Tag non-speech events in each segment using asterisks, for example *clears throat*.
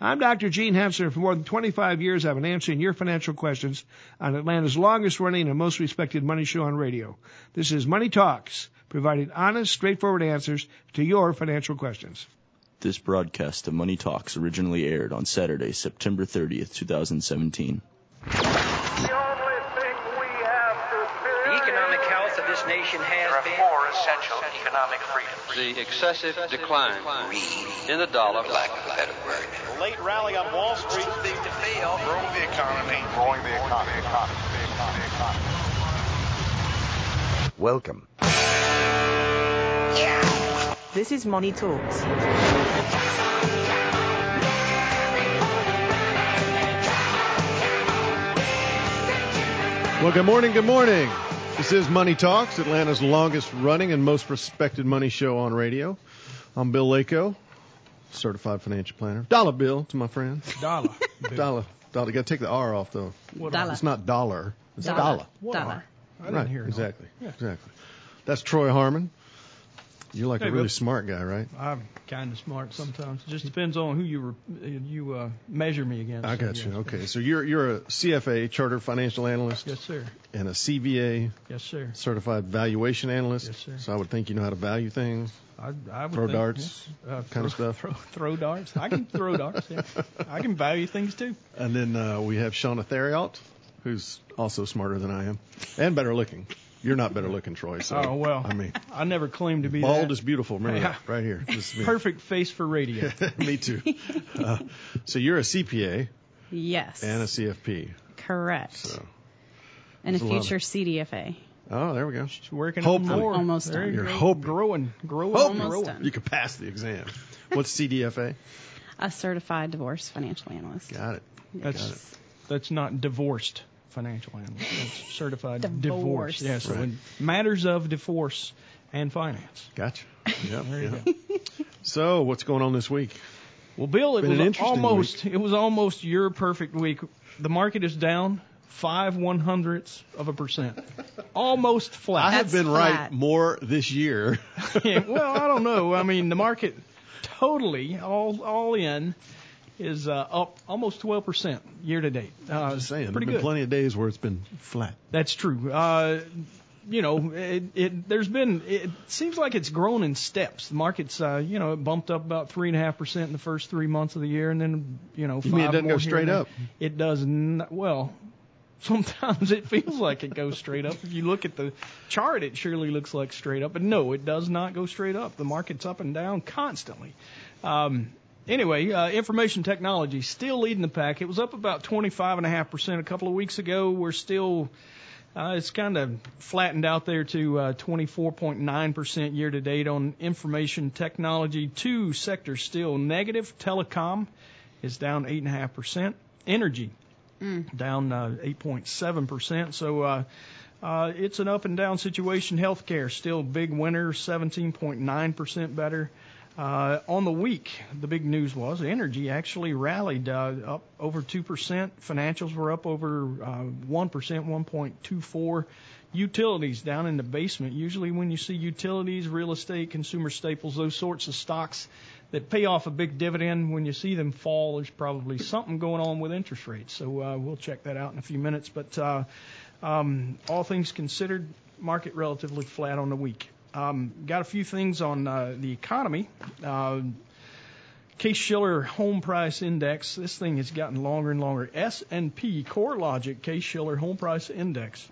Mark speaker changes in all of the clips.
Speaker 1: I'm Dr. Gene Hempster. For more than 25 years, I've been answering your financial questions on Atlanta's longest running and most respected money show on radio. This is Money Talks, providing honest, straightforward answers to your financial questions.
Speaker 2: This broadcast of Money Talks originally aired on Saturday, September 30th, 2017.
Speaker 3: The economic health of this nation
Speaker 4: There
Speaker 3: has
Speaker 4: are
Speaker 3: been.
Speaker 4: four essential economic freedoms.
Speaker 5: the excessive decline in the dollar.
Speaker 6: late rally on Wall Street.
Speaker 4: to fail. Growing the economy. Growing the economy. economy, economy, economy.
Speaker 7: Welcome.
Speaker 8: This is Money Talks.
Speaker 9: Well, good morning. Good morning. This is Money Talks, Atlanta's longest running and most respected money show on radio. I'm Bill Lako, certified financial planner. Dollar bill to my friends.
Speaker 1: Dollar.
Speaker 9: *laughs* Dollar. Dollar. You got to take the R off, though.
Speaker 8: Dollar.
Speaker 9: It's not dollar. It's dollar.
Speaker 8: Dollar.
Speaker 1: Dollar. I didn't
Speaker 9: right.
Speaker 1: hear it all.
Speaker 9: exactly. Exactly. That's Troy Harmon. You're like
Speaker 10: Hey,
Speaker 9: a really
Speaker 10: Bill.
Speaker 9: smart guy, right?
Speaker 10: I'm kind of smart sometimes. It just depends on who you re- you uh, measure me against.
Speaker 9: I got
Speaker 10: guess.
Speaker 9: you. Okay. So you're you're a CFA, Chartered Financial Analyst,
Speaker 10: Yes, sir.
Speaker 9: and a CVA,
Speaker 10: Yes, sir.
Speaker 9: Certified Valuation Analyst.
Speaker 10: Yes, sir.
Speaker 9: So I would think you know how to value things.
Speaker 10: I, I would
Speaker 9: Throw
Speaker 10: think,
Speaker 9: darts,
Speaker 10: yeah. uh,
Speaker 9: kind of
Speaker 10: throw-
Speaker 9: stuff.
Speaker 10: Throw, *laughs* throw darts. I can throw darts. Yeah. I can value things too.
Speaker 9: And then uh, we have Shauna Theriault, who's also smarter than I am and better looking. You're not better looking, Troy. So,
Speaker 10: Oh well.
Speaker 9: I mean,
Speaker 10: I never claimed to be
Speaker 9: bald
Speaker 10: that.
Speaker 9: is beautiful. Remember
Speaker 10: Yeah.
Speaker 9: that right here. This is me.
Speaker 10: perfect face for radio.
Speaker 9: *laughs* me too. Uh, so you're a CPA
Speaker 8: Yes.
Speaker 9: and a CFP.
Speaker 8: Correct. and a
Speaker 9: there's a lot of-
Speaker 8: future CDFA.
Speaker 9: Oh, there we go.
Speaker 10: She's working
Speaker 9: Hopefully.
Speaker 10: on more.
Speaker 8: Almost
Speaker 10: There
Speaker 8: done.
Speaker 10: you
Speaker 9: You're
Speaker 10: go.
Speaker 9: hoping.
Speaker 10: growing, growing,
Speaker 8: Almost
Speaker 10: growing.
Speaker 8: done.
Speaker 9: You could pass the exam. What's CDFA?
Speaker 8: A certified divorce financial analyst.
Speaker 9: Got it.
Speaker 10: That's that's not divorced financial analyst. That's certified divorce.
Speaker 8: Divorce.
Speaker 10: Yeah. So
Speaker 9: Right.
Speaker 10: in matters of divorce and finance. *laughs*
Speaker 9: Gotcha. Yep. yep. so what's going on this week?
Speaker 10: Well, Bill, it
Speaker 9: Been an
Speaker 10: was
Speaker 9: interesting
Speaker 10: almost it was almost your perfect week. The market is down five one hundredths of a percent, almost
Speaker 9: I
Speaker 10: flat.
Speaker 9: have
Speaker 8: That's
Speaker 9: been right
Speaker 8: flat.
Speaker 9: more this year.
Speaker 10: Yeah, well, I don't know. I mean, the market totally all all in is uh, up almost twelve percent year to date. Uh,
Speaker 9: Just saying.
Speaker 10: pretty
Speaker 9: There've been
Speaker 10: good.
Speaker 9: plenty of days where it's been flat.
Speaker 10: That's true. Uh, you know, it, it there's been it seems like it's grown in steps. The market's uh, you know it bumped up about three and a half percent in the first three months of the year, and then you know
Speaker 9: You
Speaker 10: five
Speaker 9: mean it doesn't go
Speaker 10: more here
Speaker 9: straight
Speaker 10: and there.
Speaker 9: up?
Speaker 10: It does not. Well, *laughs* sometimes it feels like it goes straight up. If you look at the chart, it surely looks like straight up, but no, it does not go straight up. The market's up and down constantly. Um, anyway, uh, information technology still leading the pack. It was up about 25.5% a couple of weeks ago. We're still, uh, it's kind of flattened out there to uh, 24.9% year to date on information technology. Two sectors still negative. Telecom is down 8.5%. Energy down uh, 8.7%. So, uh, uh, it's an up and down situation. Healthcare still a big winner, 17.9% better. Uh, on the week, the big news was energy actually rallied uh, up over 2%. Financials were up over uh, 1%, 1.24. Utilities down in the basement. Usually, when you see utilities, real estate, consumer staples, those sorts of stocks that pay off a big dividend, when you see them fall, there's probably something going on with interest rates. So uh, we'll check that out in a few minutes. But uh, um, all things considered, market relatively flat on the week. Um, got a few things on uh, the economy. Uh, Case-Shiller Home Price Index. This thing has gotten longer and longer. S&P CoreLogic Case-Shiller Home Price Index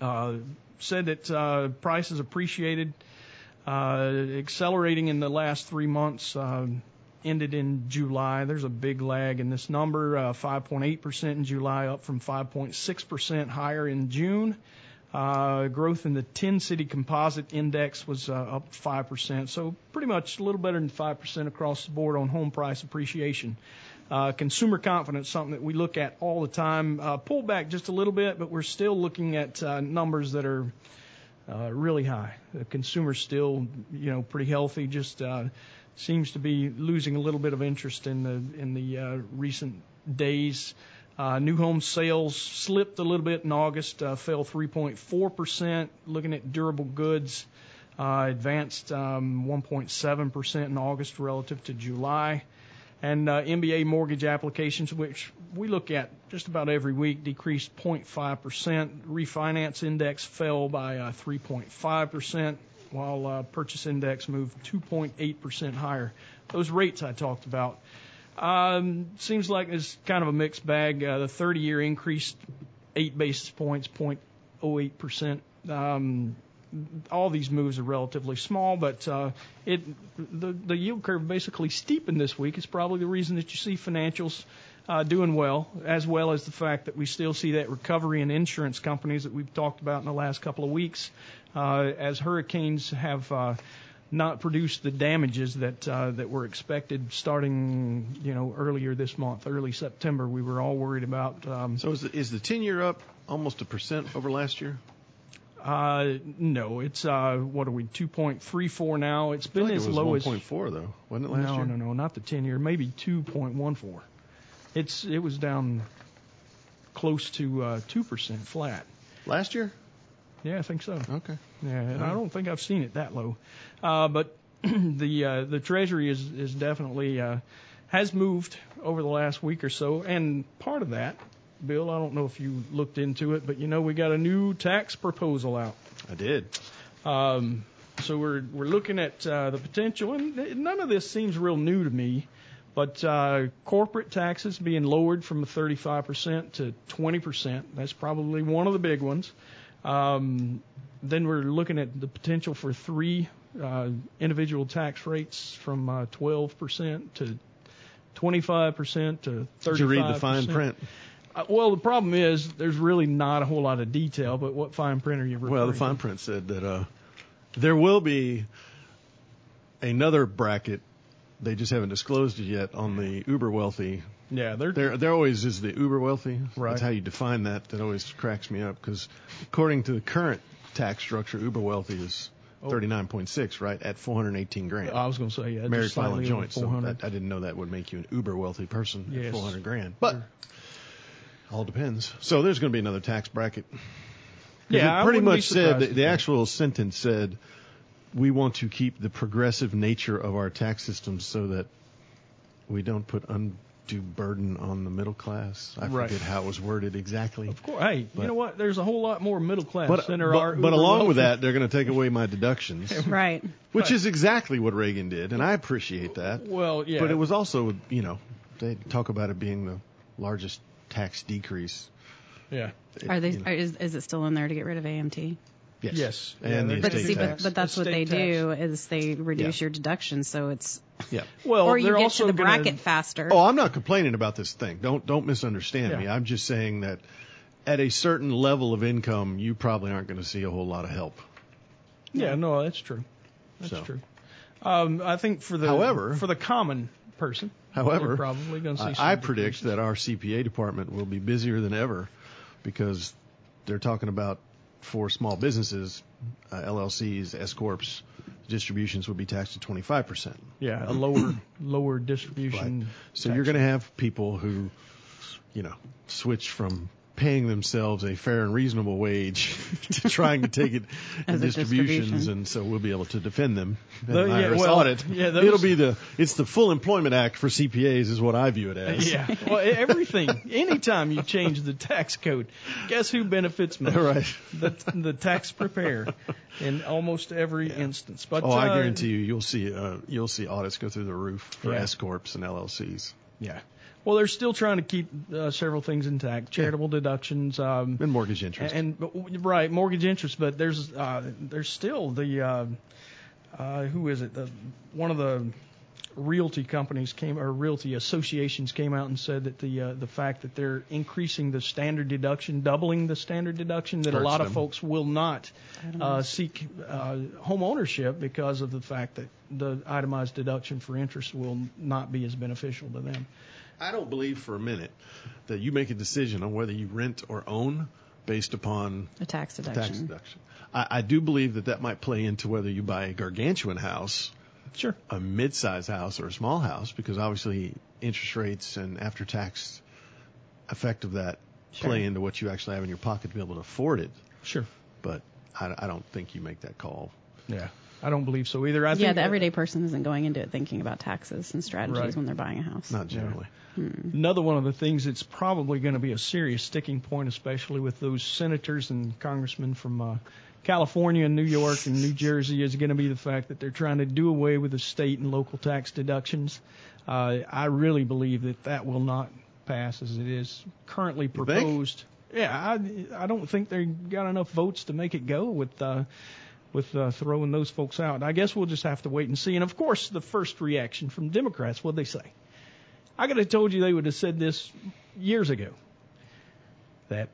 Speaker 10: uh, said that uh, prices appreciated, uh, accelerating in the last three months. Uh, ended in July. There's a big lag in this number, uh, 5.8% in July, up from 5.6% higher in June. Uh, growth in the 10 city composite index was uh, up 5%, so pretty much a little better than 5% across the board on home price appreciation. Uh, consumer confidence, something that we look at all the time, uh, pulled back just a little bit, but we're still looking at uh, numbers that are uh, really high. The consumer's still, you know, pretty healthy. Just uh, seems to be losing a little bit of interest in the in the uh, recent days. Uh, new home sales slipped a little bit in August, uh, fell 3.4 percent. Looking at durable goods, uh, advanced um, 1.7 percent in August relative to July. And uh, MBA mortgage applications, which we look at just about every week, decreased 0.5%. Refinance index fell by uh, 3.5%, while uh, purchase index moved 2.8% higher. Those rates I talked about. Um, seems like it's kind of a mixed bag. Uh, the 30 year increased 8 basis points, 0.08%. Um, all these moves are relatively small, but uh, it the, the yield curve basically steepened this week. It's probably the reason that you see financials uh, doing well, as well as the fact that we still see that recovery in insurance companies that we've talked about in the last couple of weeks, uh, as hurricanes have. Uh, not produced the damages that uh, that were expected starting you know earlier this month, early September. We were all worried about um,
Speaker 9: So is the, is the 10 year up almost a percent over last year?
Speaker 10: Uh, no, it's uh, what are we? Two point three four now. It's been
Speaker 9: I think
Speaker 10: as
Speaker 9: it was
Speaker 10: low as
Speaker 9: 1.4 though, wasn't it last
Speaker 10: no,
Speaker 9: year?
Speaker 10: no, no, not the ten year. Maybe two point one four. It's it was down close to uh, two percent flat.
Speaker 9: Last year?
Speaker 10: Yeah, I think so.
Speaker 9: Okay.
Speaker 10: Yeah, and I
Speaker 9: Oh.
Speaker 10: don't think I've seen it that low. Uh, but *clears throat* the uh, the Treasury is is definitely uh, has moved over the last week or so, and part of that, Bill, I don't know if you looked into it, but you know we got a new tax proposal out.
Speaker 9: I did.
Speaker 10: Um, so we're we're looking at uh, the potential, and th- none of this seems real new to me. But uh, corporate taxes being lowered from 35% to 20%, that's probably one of the big ones. Um, then we're looking at the potential for three uh, individual tax rates from uh, 12% to 25% to 35%.
Speaker 9: Did you read the fine print?
Speaker 10: Uh, well, the problem is there's really not a whole lot of detail, but what fine print are you referring
Speaker 9: Well, the
Speaker 10: to?
Speaker 9: fine print said that uh, there will be another bracket. They just haven't disclosed it yet on the uber wealthy.
Speaker 10: Yeah, they're,
Speaker 9: There, there always is the uber wealthy.
Speaker 10: Right.
Speaker 9: That's how you define that. That always cracks me up because, according to the current tax structure, uber wealthy is 39.6, right, at 418 grand.
Speaker 10: Oh. I was going to say yeah,
Speaker 9: married
Speaker 10: just
Speaker 9: file
Speaker 10: slightly
Speaker 9: and joint.
Speaker 10: over
Speaker 9: So
Speaker 10: 400.
Speaker 9: that, I didn't know that would make you an uber wealthy person
Speaker 10: Yes.
Speaker 9: at 400 grand. But all depends. So there's going to be another tax bracket. 'Cause
Speaker 10: Yeah, I
Speaker 9: it pretty
Speaker 10: wouldn't be
Speaker 9: much said
Speaker 10: surprised
Speaker 9: the,
Speaker 10: if
Speaker 9: the
Speaker 10: that-
Speaker 9: actual sentence said we want to keep the progressive nature of our tax system so that we don't put undue burden on the middle class. I
Speaker 10: Right.
Speaker 9: forget how it was worded exactly.
Speaker 10: of course, hey, you
Speaker 9: But-
Speaker 10: know what? There's a whole lot more middle class
Speaker 9: But,
Speaker 10: than there
Speaker 9: but-
Speaker 10: are.
Speaker 9: but along with that, they're going to take away
Speaker 10: *laughs*
Speaker 9: my deductions,
Speaker 8: Right.
Speaker 9: which is exactly what Reagan did, and I appreciate that.
Speaker 10: well, yeah,
Speaker 9: But it was also, you know, they talk about it being the largest tax decrease.
Speaker 10: yeah,
Speaker 9: It-
Speaker 8: Are they?
Speaker 9: you know,
Speaker 8: Are, is is it still in there to get rid of AMT?
Speaker 9: yes.
Speaker 10: Yes. Yeah,
Speaker 9: And
Speaker 10: they're-
Speaker 9: the
Speaker 8: But
Speaker 10: Estate
Speaker 8: see,
Speaker 9: estate
Speaker 8: but,
Speaker 9: tax.
Speaker 8: but that's what they
Speaker 10: Estate
Speaker 8: do is they reduce
Speaker 9: Yeah.
Speaker 8: your deduction, so it's
Speaker 9: yeah.
Speaker 10: well,
Speaker 8: or you
Speaker 10: they're
Speaker 8: get
Speaker 10: also
Speaker 8: to the
Speaker 10: gonna-
Speaker 8: bracket faster.
Speaker 9: Oh, I'm not complaining about this thing. Don't don't misunderstand me.
Speaker 10: Yeah.
Speaker 9: I'm just saying that at a certain level of income, you probably aren't going to see a whole lot of help.
Speaker 10: Yeah, no, that's true. That's
Speaker 9: So.
Speaker 10: true. Um, I think for the
Speaker 9: However-
Speaker 10: for the common person,
Speaker 9: However,
Speaker 10: they're probably going to see. some
Speaker 9: I, I predict
Speaker 10: decreases.
Speaker 9: that our CPA department will be busier than ever because they're talking about for small businesses, uh, LLCs, S corps, distributions would be taxed at 25 percent.
Speaker 10: yeah, a lower lower distribution.
Speaker 9: Right. So you're going to have people who, you know, switch from paying themselves a fair and reasonable wage *laughs* to trying to take it
Speaker 8: *laughs* As
Speaker 9: in
Speaker 8: a
Speaker 9: distributions,
Speaker 8: distribution.
Speaker 9: and so we'll be able to defend them in
Speaker 10: Though,
Speaker 9: an
Speaker 10: yeah,
Speaker 9: IRS
Speaker 10: well,
Speaker 9: audit.
Speaker 10: yeah, those-
Speaker 9: It'll be the it's the Full Employment Act for CPAs, is what I view it as.
Speaker 10: *laughs*
Speaker 9: *laughs*
Speaker 10: Yeah. Well, e- everything. Anytime you change the tax code, guess who benefits most?
Speaker 9: Right.
Speaker 10: The, the tax preparer in almost every instance. But
Speaker 9: Oh, I
Speaker 10: uh,
Speaker 9: guarantee you, you'll see uh, you'll see audits go through the roof for
Speaker 10: Yeah.
Speaker 9: S corps and LLCs
Speaker 10: Yeah. Well, they're still trying to keep uh, several things intact: charitable deductions, um,
Speaker 9: and mortgage interest.
Speaker 10: and but, right mortgage interest. But there's uh, there's still the uh, uh, who is it? The, one of the realty companies came or realty associations came out and said that the uh, the fact that they're increasing the standard deduction, doubling the standard deduction, that a
Speaker 9: Hurts
Speaker 10: lot of
Speaker 9: them.
Speaker 10: folks will not uh, seek uh, home ownership because of the fact that the itemized deduction for interest will not be as beneficial to them.
Speaker 9: I don't believe for a minute that you make a decision on whether you rent or own based upon
Speaker 8: A tax deduction.
Speaker 9: tax deduction. I, I do believe that that might play into whether you buy a gargantuan house,
Speaker 10: Sure.
Speaker 9: a mid-sized house, or a small house, because obviously interest rates and after-tax effect of that play into what you actually have in your pocket to be able to afford it.
Speaker 10: Sure.
Speaker 9: But I, I don't think you make that call.
Speaker 10: Yeah. I don't believe so either. I
Speaker 8: yeah,
Speaker 10: think
Speaker 8: the everyday person isn't going into it thinking about taxes and strategies
Speaker 10: Right.
Speaker 8: when they're buying a house.
Speaker 9: Not generally.
Speaker 10: Another one of the things that's probably going to be a serious sticking point, especially with those senators and congressmen from uh, California and New York and New Jersey, is going to be the fact that they're trying to do away with the state and local tax deductions. Uh, I really believe that that will not pass as it is currently
Speaker 9: think?
Speaker 10: proposed. Yeah, I, I don't think they got enough votes to make it go with. Uh, with uh, throwing those folks out. I guess we'll just have to wait and see. And of course, the first reaction from Democrats, what they say. I could have told you they would have said this years ago. That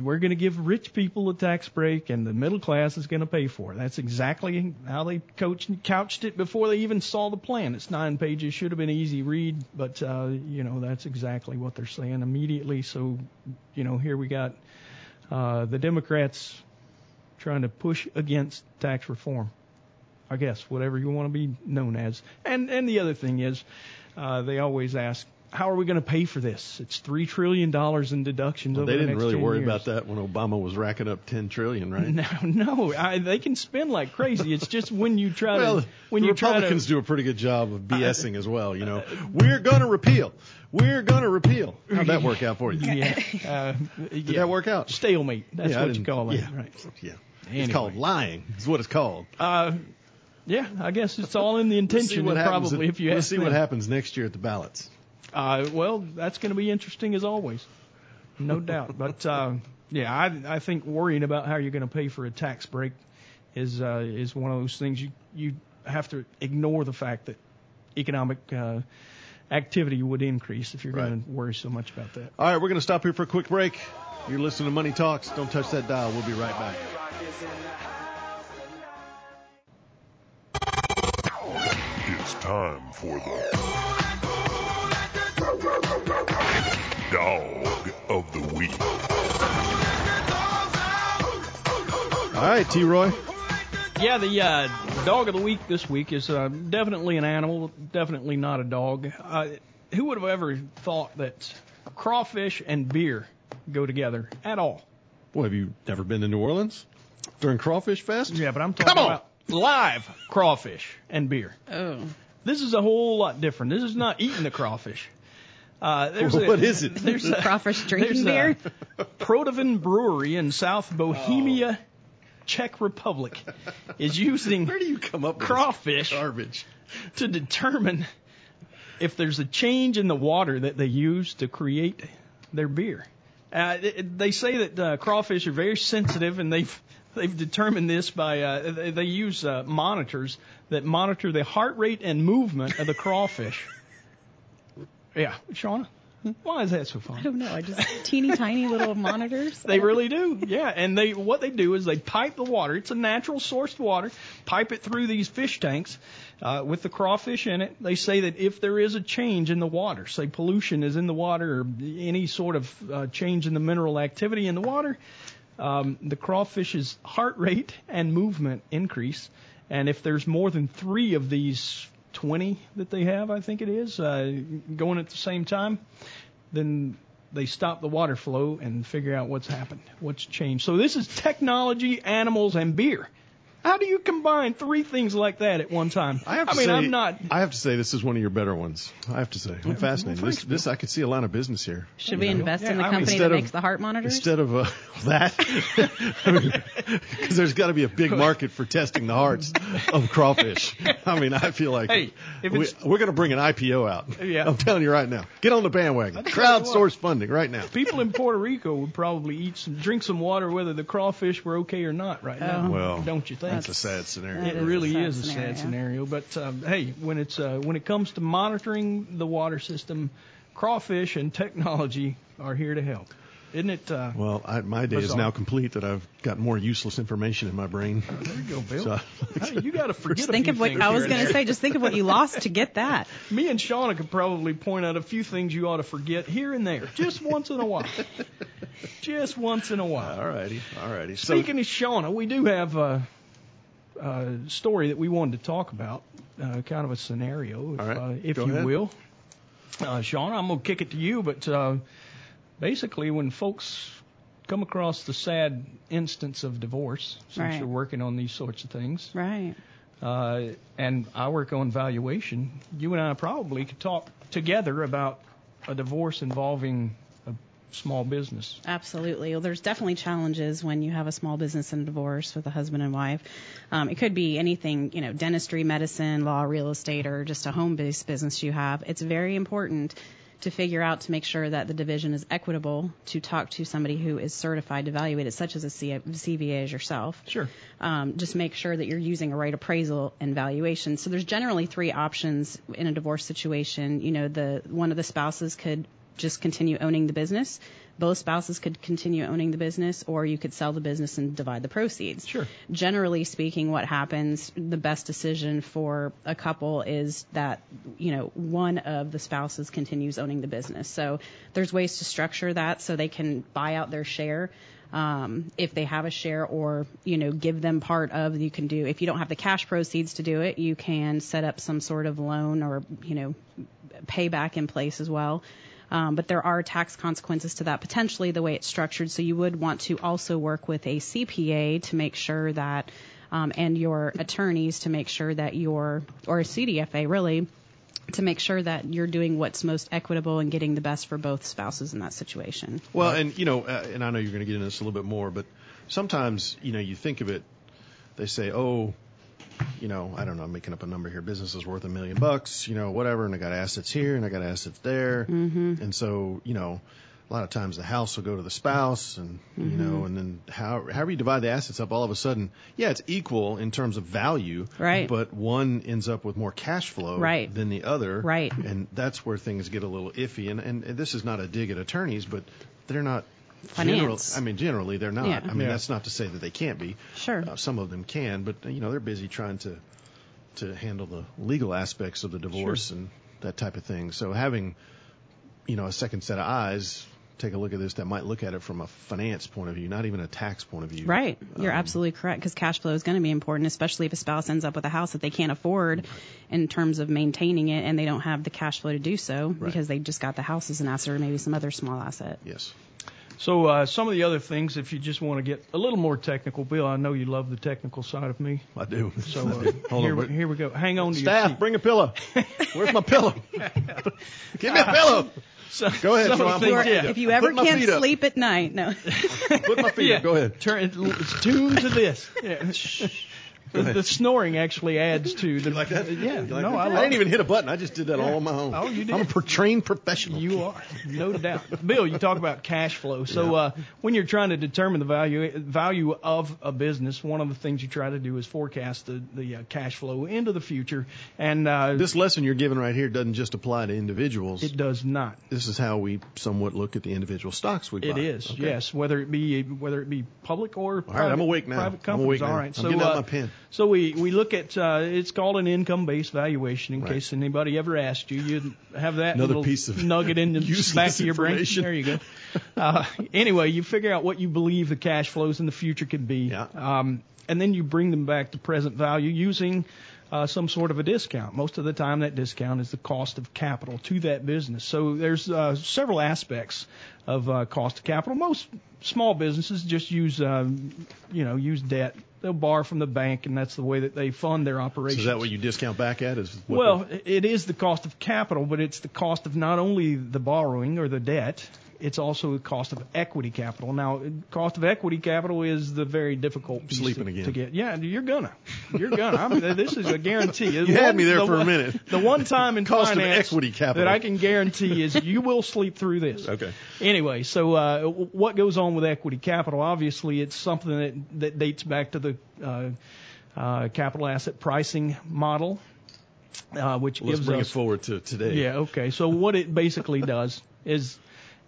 Speaker 10: we're going to give rich people a tax break and the middle class is going to pay for it. That's exactly how they coached, couched it before they even saw the plan. It's nine pages, should have been an easy read, but uh, you know that's exactly what they're saying immediately. So, you know, here we got uh, the Democrats trying to push against tax reform. I guess whatever you want to be known as. And and the other thing is, uh, they always ask, how are we going to pay for this? It's three trillion dollars in deductions. over
Speaker 9: They
Speaker 10: the
Speaker 9: didn't
Speaker 10: next
Speaker 9: really
Speaker 10: 10
Speaker 9: worry
Speaker 10: years.
Speaker 9: about that when Obama was racking up 10 trillion, right?
Speaker 10: No, *laughs* no, I, they can spend like crazy. It's just when you try
Speaker 9: Well,
Speaker 10: to when
Speaker 9: the
Speaker 10: you try
Speaker 9: Republicans
Speaker 10: to
Speaker 9: do a pretty good job of BSing as well. You know, we're gonna repeal. We're gonna repeal. How'd that work out for you?
Speaker 10: *laughs* yeah, uh,
Speaker 9: Did that work out?
Speaker 10: Stalemate. That's
Speaker 9: Yeah, I
Speaker 10: what you
Speaker 9: didn't-
Speaker 10: call it.
Speaker 9: yeah.
Speaker 10: Right.
Speaker 9: Yeah. It's
Speaker 10: Anyway.
Speaker 9: called lying. Is what it's called.
Speaker 10: *laughs* Uh, yeah, I guess it's all in the
Speaker 9: We'll see
Speaker 10: intention.
Speaker 9: what
Speaker 10: and
Speaker 9: happens
Speaker 10: probably,
Speaker 9: in-
Speaker 10: if you
Speaker 9: we'll
Speaker 10: ask
Speaker 9: see
Speaker 10: them.
Speaker 9: what happens next year at the ballots.
Speaker 10: Uh, well, that's going to be interesting as always, no *laughs* doubt. But uh, yeah, I, I think worrying about how you're going to pay for a tax break is uh, is one of those things you you have to ignore the fact that economic uh, activity would increase if you're going
Speaker 9: Right.
Speaker 10: to worry so much about that.
Speaker 9: All right, we're gonna stop here for a quick break. You're listening to Money Talks. Don't touch that dial. We'll be right back.
Speaker 4: It's time for the dog of the week.
Speaker 9: All right, T. Roy.
Speaker 10: Yeah, the uh, dog of the week this week is uh, definitely an animal, definitely not a dog. Uh, who would have ever thought that crawfish and beer go together at all?
Speaker 9: Boy, have you never been to New Orleans during Crawfish Fest?
Speaker 10: Yeah, but I'm talking
Speaker 9: Come on.
Speaker 10: about live crawfish and beer.
Speaker 8: Oh,
Speaker 10: This is a whole lot different. This is not eating the crawfish. Uh, there's a,
Speaker 9: *laughs* What is
Speaker 10: *laughs*
Speaker 9: it?
Speaker 10: There's a,
Speaker 8: crawfish drinking
Speaker 10: there's
Speaker 8: beer. *laughs*
Speaker 10: A Prodovan Brewery in South Bohemia, Czech Republic, is using
Speaker 9: Where do you come up with
Speaker 10: Crawfish.
Speaker 9: this garbage?
Speaker 10: to determine if there's a change in the water that they use to create their beer. Uh, it- it- they say that uh, crawfish are very sensitive, and they've they've determined this by uh, they, they use uh, monitors that monitor the heart rate and movement of the crawfish. yeah, Shauna, why is that so funny?
Speaker 8: I don't know. I just teeny tiny little monitors.
Speaker 10: They really do. Yeah, and they what they do is they pipe the water. It's a natural sourced water. Pipe it through these fish tanks uh, with the crawfish in it. They say that if there is a change in the water, say pollution is in the water or any sort of uh, change in the mineral activity in the water, um, the crawfish's heart rate and movement increase. And if there's more than three of these 20 that they have, I think it is, uh, going at the same time, then they stop the water flow and figure out what's happened, what's changed. So this is technology, animals, and beer. How do you combine three things like that at one time?
Speaker 9: I have to
Speaker 10: I mean,
Speaker 9: say,
Speaker 10: I'm not.
Speaker 9: I have to say, this is one of your better ones. I have to say, I'm fascinated. This, this, I could see a line of business here.
Speaker 8: Should we invest in the
Speaker 10: Yeah, I mean,
Speaker 8: company
Speaker 9: instead
Speaker 8: that
Speaker 9: of-
Speaker 8: makes the heart monitors?
Speaker 9: Instead of uh, *laughs* that, because there's got to be a big market for testing the hearts of crawfish. I mean, I feel like
Speaker 10: Hey, if
Speaker 9: we,
Speaker 10: it's-
Speaker 9: we're going to bring an IPO out.
Speaker 10: Yeah.
Speaker 9: I'm telling you right now. Get on the
Speaker 10: tell
Speaker 9: bandwagon.
Speaker 10: you
Speaker 9: Crowdsource funding right now.
Speaker 10: People in Puerto Rico would probably eat some, drink some water, whether the crawfish were okay or not, right now.
Speaker 8: Oh.
Speaker 9: Well,
Speaker 10: don't you think?
Speaker 9: That's a sad scenario.
Speaker 8: That
Speaker 10: It
Speaker 8: is a
Speaker 10: really
Speaker 8: sad
Speaker 10: is a sad scenario. But um, hey, when it's uh, when it comes to monitoring the water system, crawfish and technology are here to help, isn't it? Uh,
Speaker 9: Well, I, my day is
Speaker 10: Bizarre.
Speaker 9: now complete that I've got more useless information in my brain.
Speaker 10: there you go, Bill.
Speaker 9: So,
Speaker 10: Hey, you got to forget. a
Speaker 8: think
Speaker 10: few
Speaker 8: of what
Speaker 10: things
Speaker 8: I
Speaker 10: here
Speaker 8: was
Speaker 10: and
Speaker 8: going
Speaker 10: there.
Speaker 8: to say. Just think of what you lost to get that.
Speaker 10: Me and Shauna could probably point out a few things you ought to forget here and there, just once in a
Speaker 9: *laughs*
Speaker 10: while. just once in a while.
Speaker 9: all righty, all righty. So,
Speaker 10: Speaking of Shauna, we do have a, a story that we wanted to talk about, uh, kind of a scenario, if,
Speaker 9: All right.
Speaker 10: uh, if
Speaker 9: Go
Speaker 10: you
Speaker 9: ahead.
Speaker 10: will. Uh, Shauna, I'm going to kick it to you, but uh, basically, when folks come across the sad instance of divorce, since
Speaker 8: Right.
Speaker 10: you're working on these sorts of things,
Speaker 8: Right.
Speaker 10: uh, and I work on valuation, you and I probably could talk together about a divorce involving a small business.
Speaker 8: Absolutely. Well, there's definitely challenges when you have a small business and divorce with a husband and wife. Um, it could be anything, you know, dentistry, medicine, law, real estate, or just a home-based business you have. It's very important to figure out to make sure that the division is equitable to talk to somebody who is certified to evaluate it, such as a C- CVA as yourself.
Speaker 10: Sure.
Speaker 8: Um, just make sure that you're using a right appraisal and valuation. So there's generally three options in a divorce situation. You know, the one of the spouses could just continue owning the business. Both spouses could continue owning the business, or you could sell the business and divide the proceeds.
Speaker 10: Sure.
Speaker 8: Generally speaking, what happens, the best decision for a couple is that, you know, one of the spouses continues owning the business. So there's ways to structure that so they can buy out their share um, if they have a share or you know give them part of you can do if you don't have the cash proceeds to do it you can set up some sort of loan or you know payback in place as well um, but there are tax consequences to that potentially the way it's structured so you would want to also work with a cpa to make sure that um, and your attorneys to make sure that your or a cdfa really to make sure that you're doing what's most equitable and getting the best for both spouses in that situation.
Speaker 9: Well, and you know, uh, and I know you're going to get into this a little bit more, but sometimes you know you think of it, they say, oh, you know, I don't know, I'm making up a number here. Business is worth a million bucks, you know, whatever, and I got assets here and I got assets there,
Speaker 8: Mm-hmm.
Speaker 9: and so you know, a lot of times the house will go to the spouse, and you
Speaker 8: Mm-hmm.
Speaker 9: know, and then how however you divide the assets up, all of a sudden, yeah, it's equal in terms of value,
Speaker 8: Right.
Speaker 9: But one ends up with more cash flow
Speaker 8: Right.
Speaker 9: than the other,
Speaker 8: Right.
Speaker 9: and that's where things get a little iffy. And, and, and this is not a dig at attorneys, but they're not. General,
Speaker 8: Finance.
Speaker 9: I mean, generally they're not.
Speaker 8: Yeah.
Speaker 9: I mean,
Speaker 10: Yeah.
Speaker 9: that's not to say that they can't be.
Speaker 8: Sure.
Speaker 9: Uh, some of them can, but you know they're busy trying to to handle the legal aspects of the divorce and that type of thing. So having you know a second set of eyes take a look at this that might look at it from a finance point of view, not even a tax point of view.
Speaker 8: Right. You're
Speaker 9: Um,
Speaker 8: absolutely correct because cash flow is going to be important, especially if a spouse ends up with a house that they can't afford in terms of maintaining it and they don't have the cash flow to do so because they just got the house as an asset or maybe some other small asset.
Speaker 9: Yes.
Speaker 10: So uh, some of the other things, if you just want to get a little more technical, Bill, I know you love the technical side of me.
Speaker 9: I do.
Speaker 10: So uh,
Speaker 9: Hold
Speaker 10: here,
Speaker 9: on.
Speaker 10: we-
Speaker 9: Here,
Speaker 10: here we go. Hang on to your
Speaker 9: *laughs* Staff,
Speaker 10: seat.
Speaker 9: bring
Speaker 8: *laughs*
Speaker 9: a pillow. Where's
Speaker 10: *laughs*
Speaker 9: my pillow? Give me a pillow.
Speaker 10: So-
Speaker 9: Go ahead.
Speaker 10: some of the
Speaker 9: Sean, put
Speaker 10: things-
Speaker 9: my feet
Speaker 10: yeah.
Speaker 9: up.
Speaker 8: If you ever
Speaker 9: Put my
Speaker 8: can't
Speaker 9: feet up.
Speaker 8: sleep at night,
Speaker 9: *laughs*
Speaker 8: no.
Speaker 9: Put my feet
Speaker 10: Yeah.
Speaker 9: up. Go ahead.
Speaker 10: Turn it, it's tuned to this. Yeah. The, the snoring actually adds to the.
Speaker 9: like that?
Speaker 10: Yeah.
Speaker 9: You like
Speaker 10: no,
Speaker 9: that?
Speaker 10: I
Speaker 9: I
Speaker 10: like
Speaker 9: didn't even hit a button. I just did that all on my own.
Speaker 10: Oh, you
Speaker 9: I'm a
Speaker 10: did.
Speaker 9: pro- trained professional.
Speaker 10: You are, no doubt. Bill, you talk about cash flow. So uh, when you're trying to determine the value value of a business, one of the things you try to do is forecast the, the uh, cash flow into the future. And uh,
Speaker 9: This lesson you're giving right here doesn't just apply to individuals.
Speaker 10: it does not.
Speaker 9: this is how we somewhat look at the individual stocks we buy.
Speaker 10: It is,
Speaker 9: Okay.
Speaker 10: yes. Whether it be whether it be public or
Speaker 9: All
Speaker 10: private,
Speaker 9: right, I'm awake now.
Speaker 10: Private
Speaker 9: I'm
Speaker 10: companies.
Speaker 9: awake now.
Speaker 10: All right,
Speaker 9: I'm
Speaker 10: so
Speaker 9: getting out
Speaker 10: uh,
Speaker 9: my pen.
Speaker 10: so we we look at uh, it's called an income-based valuation. In
Speaker 9: Right.
Speaker 10: case anybody ever asked you, you have that
Speaker 9: Another
Speaker 10: little
Speaker 9: piece of
Speaker 10: nugget in the
Speaker 9: *laughs* useless
Speaker 10: back of your brain.
Speaker 9: information.
Speaker 10: There you go. Uh, anyway, you figure out what you believe the cash flows in the future could be,
Speaker 9: Yeah.
Speaker 10: um, and then you bring them back to present value using. Uh, some sort of a discount. Most of the time, that discount is the cost of capital to that business. So there's uh, several aspects of uh, cost of capital. Most small businesses just use, um, you know, use debt. They'll borrow from the bank, and that's the way that they fund their
Speaker 9: So
Speaker 10: operations.
Speaker 9: is that what you discount back at? Is what
Speaker 10: Well, it is the cost of capital, but it's the cost of not only the borrowing or the debt, it's also the cost of equity capital. Now, cost of equity capital is the very difficult piece
Speaker 9: Sleeping
Speaker 10: to,
Speaker 9: again.
Speaker 10: to get. Yeah, you're gonna, you're gonna. I'm, this is a guarantee.
Speaker 9: *laughs* You had me there for a minute.
Speaker 10: *laughs* The one time in
Speaker 9: Cost of
Speaker 10: finance
Speaker 9: equity capital.
Speaker 10: that I can guarantee is you will sleep through this.
Speaker 9: *laughs* Okay.
Speaker 10: Anyway, so uh, w- what goes on with equity capital? Obviously, it's something that, that dates back to the uh, uh, capital asset pricing model, uh, which
Speaker 9: let's
Speaker 10: gives
Speaker 9: bring
Speaker 10: us
Speaker 9: it forward to today.
Speaker 10: yeah, okay. So what it basically does is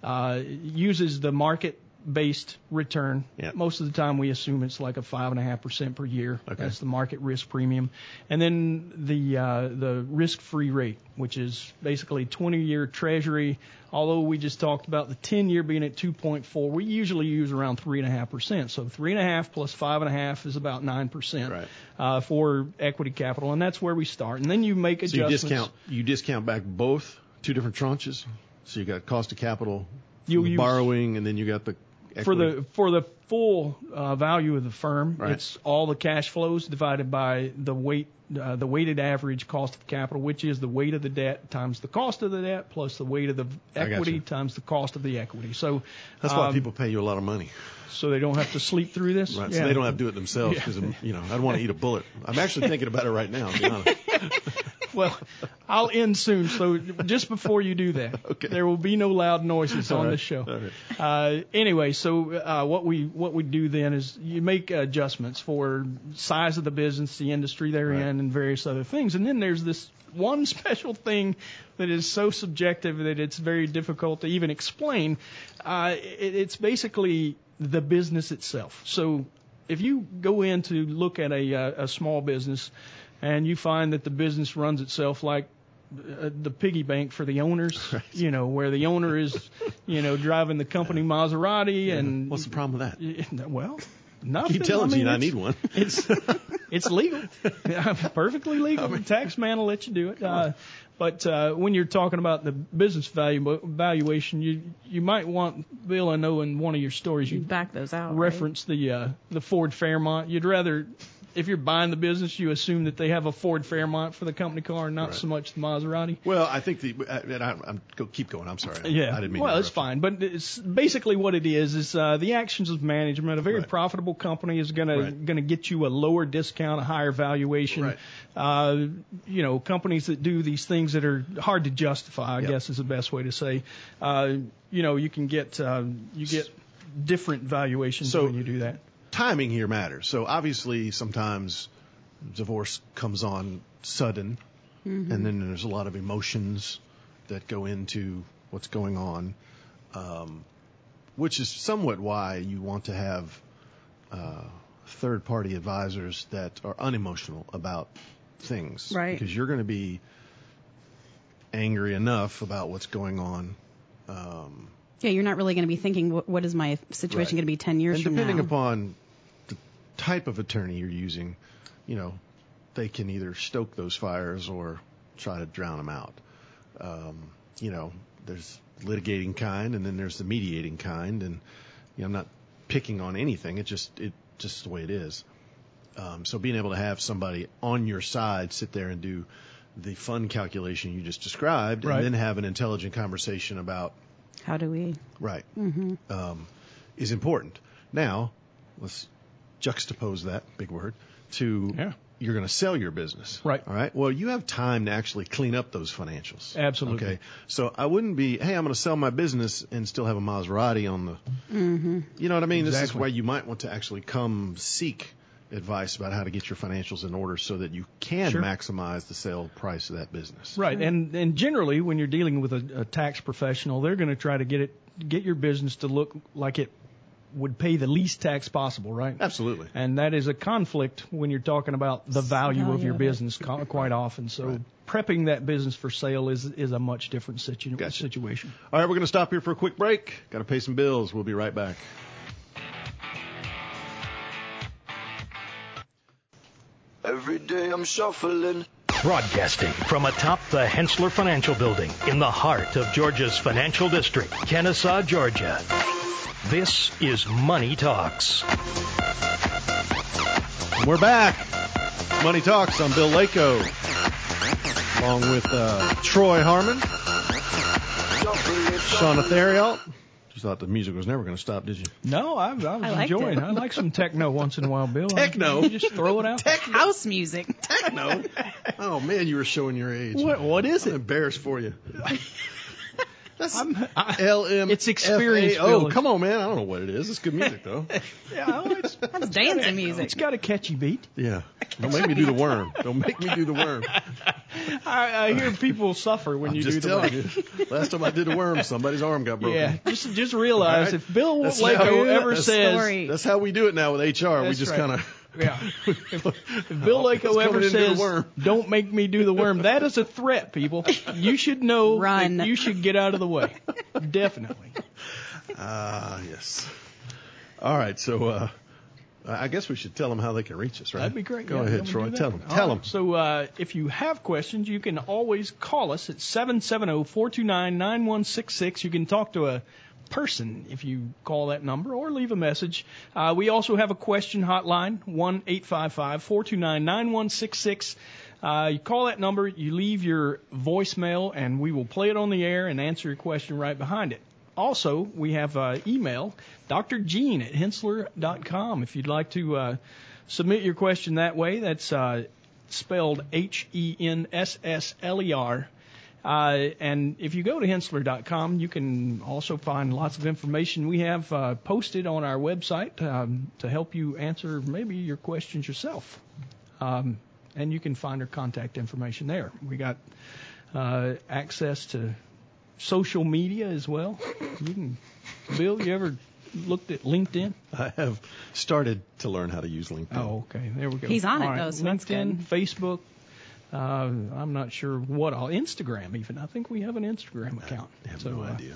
Speaker 10: uh, uses the market based return.
Speaker 9: Yeah.
Speaker 10: Most of the time we assume it's like a five and a half percent per year.
Speaker 9: Okay.
Speaker 10: That's the market risk premium. And then the uh, the risk free rate, which is basically twenty year treasury, although we just talked about the ten year being at two point four, we usually use around three and a half percent. So three and a half plus five and a half is about nine percent
Speaker 9: Right.
Speaker 10: uh, for equity capital and that's where we start. And then you make
Speaker 9: So you
Speaker 10: adjustments.
Speaker 9: discount you discount back both two different tranches. So you got cost of capital,
Speaker 10: You'll use-
Speaker 9: borrowing, and then you got the equity.
Speaker 10: for the for the full uh, value of the firm.
Speaker 9: Right.
Speaker 10: It's all the cash flows divided by the weight, uh, the weighted average cost of capital, which is the weight of the debt times the cost of the debt plus the weight of the
Speaker 9: got you.
Speaker 10: equity times the cost of the equity. So
Speaker 9: That's why
Speaker 10: um,
Speaker 9: people pay you a lot of money,
Speaker 10: so they don't have to sleep through this.
Speaker 9: right?
Speaker 10: Yeah.
Speaker 9: So they don't have to do it themselves because you know I'd want to eat a bullet. I'm actually thinking about it right now. To be honest.
Speaker 10: Well, I'll end soon. So just before you do that,
Speaker 9: *laughs* Okay.
Speaker 10: there will be no loud noises on
Speaker 9: right.
Speaker 10: the show.
Speaker 9: All right.
Speaker 10: Uh, anyway, so uh, what we what we do then is you make adjustments for size of the business, the industry they're
Speaker 9: Right.
Speaker 10: in, and various other things. And then there's this one *laughs* special thing that is so subjective that it's very difficult to even explain. Uh, it, it's basically the business itself. So if you go in to look at a, uh, a small business and you find that the business runs itself like uh, the piggy bank for the
Speaker 9: *laughs*
Speaker 10: owners, you know, where the owner is, you know, driving the company Maserati and
Speaker 9: What's the problem with
Speaker 10: *laughs*
Speaker 9: that?
Speaker 10: well, nothing.
Speaker 9: Keep telling
Speaker 10: I mean,
Speaker 9: Gene I
Speaker 10: it's-
Speaker 9: need one.
Speaker 10: *laughs* it's it's
Speaker 9: *laughs*
Speaker 10: legal, *laughs* perfectly legal. the tax man will let you do it. Uh, but uh, when you're talking about the business value valuation, you you might want Bill. I know in one of your stories
Speaker 8: You
Speaker 10: you
Speaker 8: back those out. right?
Speaker 10: reference the uh, the Ford Fairmont. You'd rather, if you're buying the business, you assume that they have a Ford Fairmont for the company car, and not so much the Maserati.
Speaker 9: Well, I think the uh, and I, I'm go, keep going. I'm sorry. I-
Speaker 10: Yeah.
Speaker 9: I didn't mean.
Speaker 10: well,
Speaker 9: to
Speaker 10: it's
Speaker 9: interrupt
Speaker 10: fine, but it's basically what it is is uh, the actions of management. A very
Speaker 9: Right.
Speaker 10: profitable company is going to
Speaker 9: Right.
Speaker 10: going to get you a lower discount, a higher valuation.
Speaker 9: Right.
Speaker 10: Uh, you know, companies that do these things that are hard to justify, I
Speaker 9: Yep.
Speaker 10: guess is the best way to say. Uh, you know, you can get uh, you get different valuations
Speaker 9: So-
Speaker 10: when you do that.
Speaker 9: you. Timing here matters. So obviously, sometimes divorce comes on sudden, and then there's a lot of emotions that go into what's going on, um, which is somewhat why you want to have uh, third-party advisors that are unemotional about things,
Speaker 8: Right.
Speaker 9: Because you're going to be angry enough about what's going on
Speaker 8: Yeah, you're not really going to be thinking, what, what is my situation going
Speaker 9: Right.
Speaker 8: to be 10 years
Speaker 9: and
Speaker 8: from
Speaker 9: depending
Speaker 8: now?
Speaker 9: upon the type of attorney you're using, you know, they can either stoke those fires or try to drown them out. Um, you know, there's litigating kind, and then there's the mediating kind, and you know, I'm not picking on anything. It just it just the way it is. Um, so being able to have somebody on your side sit there and do the fun calculation you just described,
Speaker 10: Right.
Speaker 9: and then have an intelligent conversation about
Speaker 8: How do we?
Speaker 9: Right. Um, is important. Now, let's juxtapose that big word to
Speaker 10: Yeah.
Speaker 9: you're going to sell your business.
Speaker 10: Right.
Speaker 9: All right. Well, you have time to actually clean up those financials.
Speaker 10: Absolutely.
Speaker 9: Okay. So I wouldn't be, hey, I'm going to sell my business and still have a Maserati on the. You know what I mean? This is
Speaker 10: Exactly.
Speaker 9: why you might want to actually come seek advice about how to get your financials in order so that you can
Speaker 10: Sure.
Speaker 9: maximize the sale price of that business.
Speaker 10: Right, and and generally when you're dealing with a, a tax professional, they're going to try to get it get your business to look like it would pay the least tax possible, right?
Speaker 9: Absolutely.
Speaker 10: And that is a conflict when you're talking about the value, of
Speaker 8: Value
Speaker 10: your
Speaker 8: of it.
Speaker 10: business co- quite often. So prepping that business for sale is is a much different situ- situation.
Speaker 9: All right, we're going to stop here for a quick break. Got to pay some bills. We'll be right back.
Speaker 2: Every day I'm shuffling.
Speaker 7: Broadcasting from atop the Hensler Financial Building in the heart of Georgia's financial district, Kennesaw, Georgia. This is Money Talks.
Speaker 9: We're back. Money Talks. I'm Bill Lako, along with uh, Troy Harmon, Sean Atherial. Just thought the music was never going to stop, did you?
Speaker 10: No, I, I was
Speaker 8: I liked
Speaker 10: enjoying.
Speaker 8: it.
Speaker 10: I like some techno once in a while, Bill. I-
Speaker 9: Techno?
Speaker 10: you just throw it out.
Speaker 8: House music.
Speaker 9: No. *laughs* oh man, you were showing your age.
Speaker 10: What- what is
Speaker 9: I'm embarrassed for
Speaker 10: *laughs*
Speaker 9: you. That's
Speaker 10: I-
Speaker 9: LM.
Speaker 10: It's experience,
Speaker 9: Oh,
Speaker 10: Bill.
Speaker 9: come on, man. I don't know what it is. It's good music
Speaker 10: *laughs*
Speaker 9: though.
Speaker 10: Yeah, well, it's,
Speaker 8: *laughs* That's dancing music.
Speaker 10: it's got a catchy beat.
Speaker 9: yeah. Don't make me do the worm. Don't make me do the
Speaker 10: *laughs*
Speaker 9: worm.
Speaker 10: I, I hear people suffer when
Speaker 9: I'm
Speaker 10: you do
Speaker 9: just
Speaker 10: the
Speaker 9: telling you. Last time I did the worm, somebody's arm got broken.
Speaker 10: *laughs* Yeah, just just realize
Speaker 9: All right.
Speaker 10: if Bill
Speaker 9: That's
Speaker 10: Lako
Speaker 9: how-
Speaker 10: ever
Speaker 9: that's-
Speaker 10: says,
Speaker 8: Story.
Speaker 9: That's how we do it now with HR. we
Speaker 10: That's
Speaker 9: just
Speaker 10: right.
Speaker 9: kind
Speaker 10: *laughs* yeah, if, if
Speaker 9: of.
Speaker 10: Bill Lako
Speaker 9: Let's come
Speaker 10: ever
Speaker 9: in and do the
Speaker 10: says,
Speaker 9: worm.
Speaker 10: "Don't make me do the
Speaker 9: *laughs*
Speaker 10: worm," that is a threat, people. You should know. that
Speaker 8: Run.
Speaker 10: You should get out of the way. Definitely.
Speaker 9: Ah, yes. All right, so uh, I guess we should tell them how they can reach us, right?
Speaker 10: That'd be great.
Speaker 9: Go
Speaker 10: Yeah, you
Speaker 9: ahead,
Speaker 10: want me to do
Speaker 9: Troy.
Speaker 10: that?
Speaker 9: Tell them.
Speaker 10: All
Speaker 9: Tell
Speaker 10: right.
Speaker 9: them.
Speaker 10: So uh, if you have questions, you oh, can always call us at 770-429-9166. You can talk to a person if you call that number or leave a message. Uh, we also have a question hotline, 1 855 429 9166. Uh, You call that number, you leave your voicemail, and we will play it on the air and answer your question right behind it. Also, we have uh, email, drgene at hensler.com. If you'd like to uh, submit your question that way, that's uh, spelled H E N S S L E R. Uh, and if you go to hensler.com, you can also find lots of information we have uh, posted on our website um, to help you answer maybe your questions yourself. Um, and you can find our contact information there. We got uh, access to social media as well. You can, Bill, you ever looked at LinkedIn?
Speaker 9: I have started to learn how to use LinkedIn.
Speaker 10: Oh, okay, there we go.
Speaker 8: He's on it,
Speaker 10: All right.
Speaker 8: though, so that's
Speaker 10: LinkedIn, Facebook. Uh, I'm not sure what all. Instagram, even. I think we have an Instagram account.
Speaker 9: I have
Speaker 10: so,
Speaker 9: no
Speaker 10: uh,
Speaker 9: idea.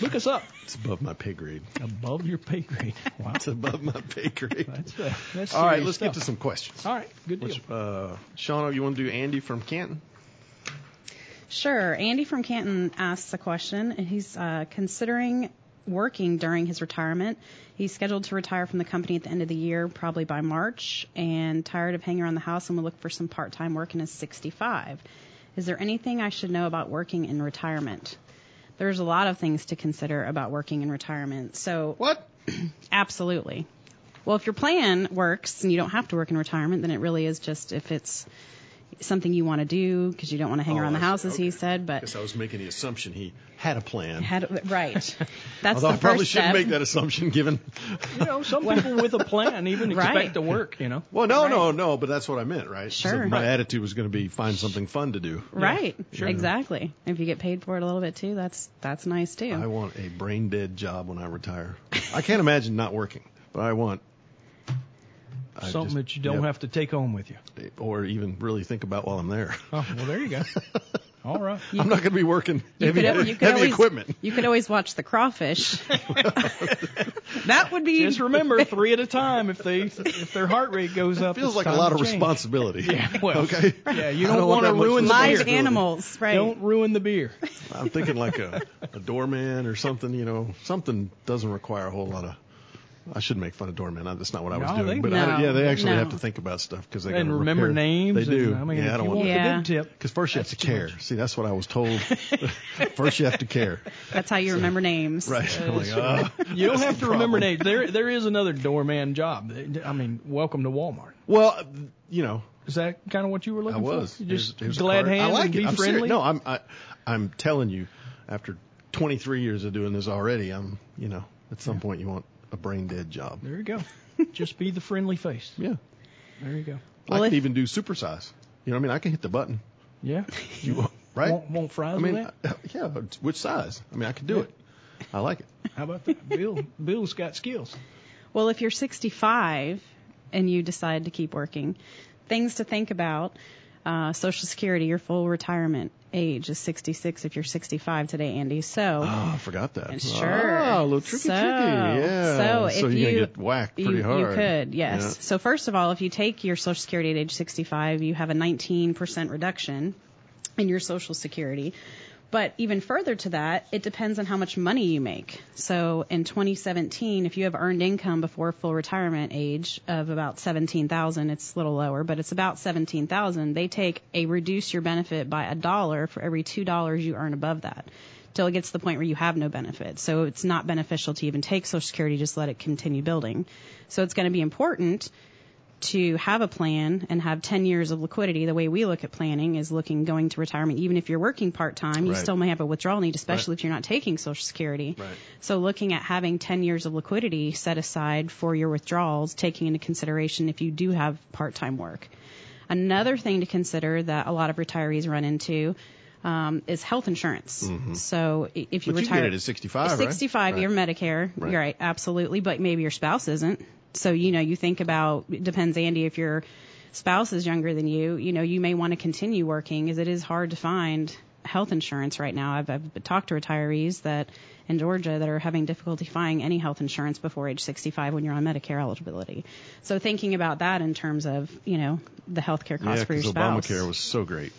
Speaker 10: look us
Speaker 9: *laughs*
Speaker 10: up.
Speaker 9: It's above my pay grade.
Speaker 10: Above your pay grade. Wow.
Speaker 9: *laughs* It's above
Speaker 10: *laughs*
Speaker 9: my pay grade.
Speaker 10: That's, uh, that's
Speaker 9: All right,
Speaker 10: serious
Speaker 9: let's
Speaker 10: stuff.
Speaker 9: get to some questions.
Speaker 10: All right, good deal.
Speaker 9: Which, uh, Shauna, you want to do Andy from Canton?
Speaker 8: Sure. Andy from Canton asks a question, and he's uh, considering working during his retirement. He's scheduled to retire from the company at the end of the year, probably by March, and tired of hanging around the house and will look for some part time work in his 65. Is there anything I should know about working in retirement? There's a lot of things to consider about working in retirement. So,
Speaker 9: *clears throat* What?
Speaker 8: absolutely. Well, if your plan works and you don't have to work in retirement, then it really is just if it's something you want to do because you don't want to hang
Speaker 9: Oh,
Speaker 8: around the
Speaker 9: I see.
Speaker 8: house, as
Speaker 9: Okay.
Speaker 8: he said. But
Speaker 9: Guess I was making the assumption he had a plan.
Speaker 8: had,
Speaker 9: *laughs*
Speaker 8: right. That's
Speaker 9: Although
Speaker 8: the
Speaker 9: I probably
Speaker 8: first
Speaker 9: shouldn't
Speaker 8: step.
Speaker 9: make that assumption given.
Speaker 10: you know, some people with a plan
Speaker 8: *laughs*
Speaker 10: even
Speaker 8: Right.
Speaker 10: expect to work. You know.
Speaker 9: Well, no, no, no, but that's what I meant, right? So
Speaker 8: Sure.
Speaker 9: my
Speaker 8: Right.
Speaker 9: attitude was going to be find something fun to do.
Speaker 8: Right. Exactly. If you get paid for it a little bit too, that's that's nice too.
Speaker 9: I want a brain dead job when I retire. I can't imagine not working, but I want I
Speaker 10: Something
Speaker 9: just-
Speaker 10: that you don't
Speaker 9: yep.
Speaker 10: have to take home with you.
Speaker 9: or even really think about while I'm there.
Speaker 10: Oh, well, there you go. *laughs* All right.
Speaker 9: I'm not going to be working heavy,
Speaker 8: al-
Speaker 9: heavy
Speaker 8: always,
Speaker 9: equipment.
Speaker 8: You could always watch the
Speaker 9: *laughs*
Speaker 8: crawfish. that would be
Speaker 10: Just
Speaker 8: *laughs*
Speaker 10: remember three at a time. If they if their heart rate goes up,
Speaker 9: Feels
Speaker 10: it's
Speaker 9: like a
Speaker 10: time
Speaker 9: lot
Speaker 10: to
Speaker 9: of
Speaker 10: change.
Speaker 9: responsibility. *laughs*
Speaker 10: Yeah, well,
Speaker 9: okay.
Speaker 10: yeah, you
Speaker 9: I
Speaker 10: don't
Speaker 9: want
Speaker 10: wanna
Speaker 9: that much
Speaker 10: ruin the
Speaker 8: live
Speaker 9: responsibility.
Speaker 8: animals, right?
Speaker 10: Don't ruin the beer.
Speaker 9: I'm thinking like a, a doorman or something, you know, something doesn't require a whole lot of. I shouldn't make fun of doorman. I- That's not what I was
Speaker 10: No,
Speaker 9: doing.
Speaker 10: they-
Speaker 9: but I,
Speaker 8: No,
Speaker 9: yeah, they actually
Speaker 8: no.
Speaker 9: have to think about stuff because they
Speaker 10: and
Speaker 9: gotta
Speaker 10: remember
Speaker 9: repair.
Speaker 10: names.
Speaker 9: They do.
Speaker 10: And, I mean,
Speaker 9: yeah,
Speaker 10: if
Speaker 9: I don't
Speaker 10: you
Speaker 9: want
Speaker 10: want
Speaker 8: Yeah.
Speaker 10: the big tip.
Speaker 9: Because first you have to care. See, that's what I
Speaker 10: *laughs*
Speaker 9: was told. first you have to care.
Speaker 8: That's how you remember names.
Speaker 9: Right. I'm like,
Speaker 10: *laughs*
Speaker 9: ah.
Speaker 10: You don't have to
Speaker 9: problem.
Speaker 10: remember names. There there is another doorman job. I mean, welcome to Walmart.
Speaker 9: well, you know,
Speaker 10: Is that kind of what you were
Speaker 9: I
Speaker 10: looking for?
Speaker 9: was
Speaker 10: You
Speaker 9: Here's-
Speaker 10: Just
Speaker 9: here's a
Speaker 10: glad
Speaker 9: card.
Speaker 10: hand
Speaker 9: I like
Speaker 10: and
Speaker 9: it.
Speaker 10: be
Speaker 9: I'm serious.
Speaker 10: friendly.
Speaker 9: No, I'm I, I'm telling you, after 23 years of doing this already, I'm you know at some point you want a brain dead job.
Speaker 10: There you
Speaker 9: *laughs*
Speaker 10: go. Just be the friendly face.
Speaker 9: Yeah,
Speaker 10: There you go.
Speaker 9: I
Speaker 8: Well,
Speaker 9: can
Speaker 8: if-
Speaker 9: even do supersize. You know what I mean? I can hit the button.
Speaker 10: Yeah.
Speaker 9: You want right?
Speaker 10: Won't, won't fries
Speaker 9: I mean,
Speaker 10: with that?
Speaker 9: I- *laughs* yeah. but Which size? I mean, I can do it.
Speaker 8: *laughs*
Speaker 9: I like it.
Speaker 10: How about that? *laughs* Bill Bill's got skills.
Speaker 8: Well, if you're 65 and you decide to keep working, things to think about uh, Social Security, your full retirement age is 66 if you're 65 today, Andy. So,
Speaker 9: Oh, I forgot that.
Speaker 8: And sure.
Speaker 9: Oh, a little
Speaker 8: so,
Speaker 9: tricky, tricky. Yeah.
Speaker 8: So, if
Speaker 9: you're
Speaker 8: you
Speaker 9: gonna get whacked pretty
Speaker 8: you,
Speaker 9: hard.
Speaker 8: You could, yes. So first of all, if you take your Social Security at age 65, you have a 19% reduction in your Social Security. But even further to that, it depends on how much money you make. So in 2017, if you have earned income before full retirement age of about 17,000, it's a little lower, but it's about 17,000. They take a reduce your benefit by a dollar for every two dollars you earn above that, till it gets to the point where you have no benefit. So it's not beneficial to even take Social Security. Just let it continue building. So it's going to be important to have a plan and have 10 years of liquidity, the way we look at planning is looking going to retirement. Even if you're working part time, you
Speaker 9: Right.
Speaker 8: still may have a withdrawal need, especially
Speaker 9: Right.
Speaker 8: if you're not taking Social Security.
Speaker 9: Right.
Speaker 8: So looking at having 10 years of liquidity set aside for your withdrawals, taking into consideration if you do have part time work. Another thing to consider that a lot of retirees run into um, is health insurance. So i- if you
Speaker 9: Mm-hmm. But you
Speaker 8: retire
Speaker 9: get it at 65, right?
Speaker 8: 65,
Speaker 9: Right.
Speaker 8: you're Medicare.
Speaker 9: Right.
Speaker 8: You're right, absolutely. But maybe your spouse isn't. So, you know, you think about, it depends, Andy, if your spouse is younger than you, you know, you may want to continue working as it is hard to find health insurance right now. I've, I've talked to retirees that in Georgia that are having difficulty finding any health insurance before age 65 when you're on Medicare eligibility. So thinking about that in terms of, you know, the health care costs
Speaker 9: Yeah,
Speaker 8: for your
Speaker 9: because
Speaker 8: spouse.
Speaker 9: Obamacare was so great.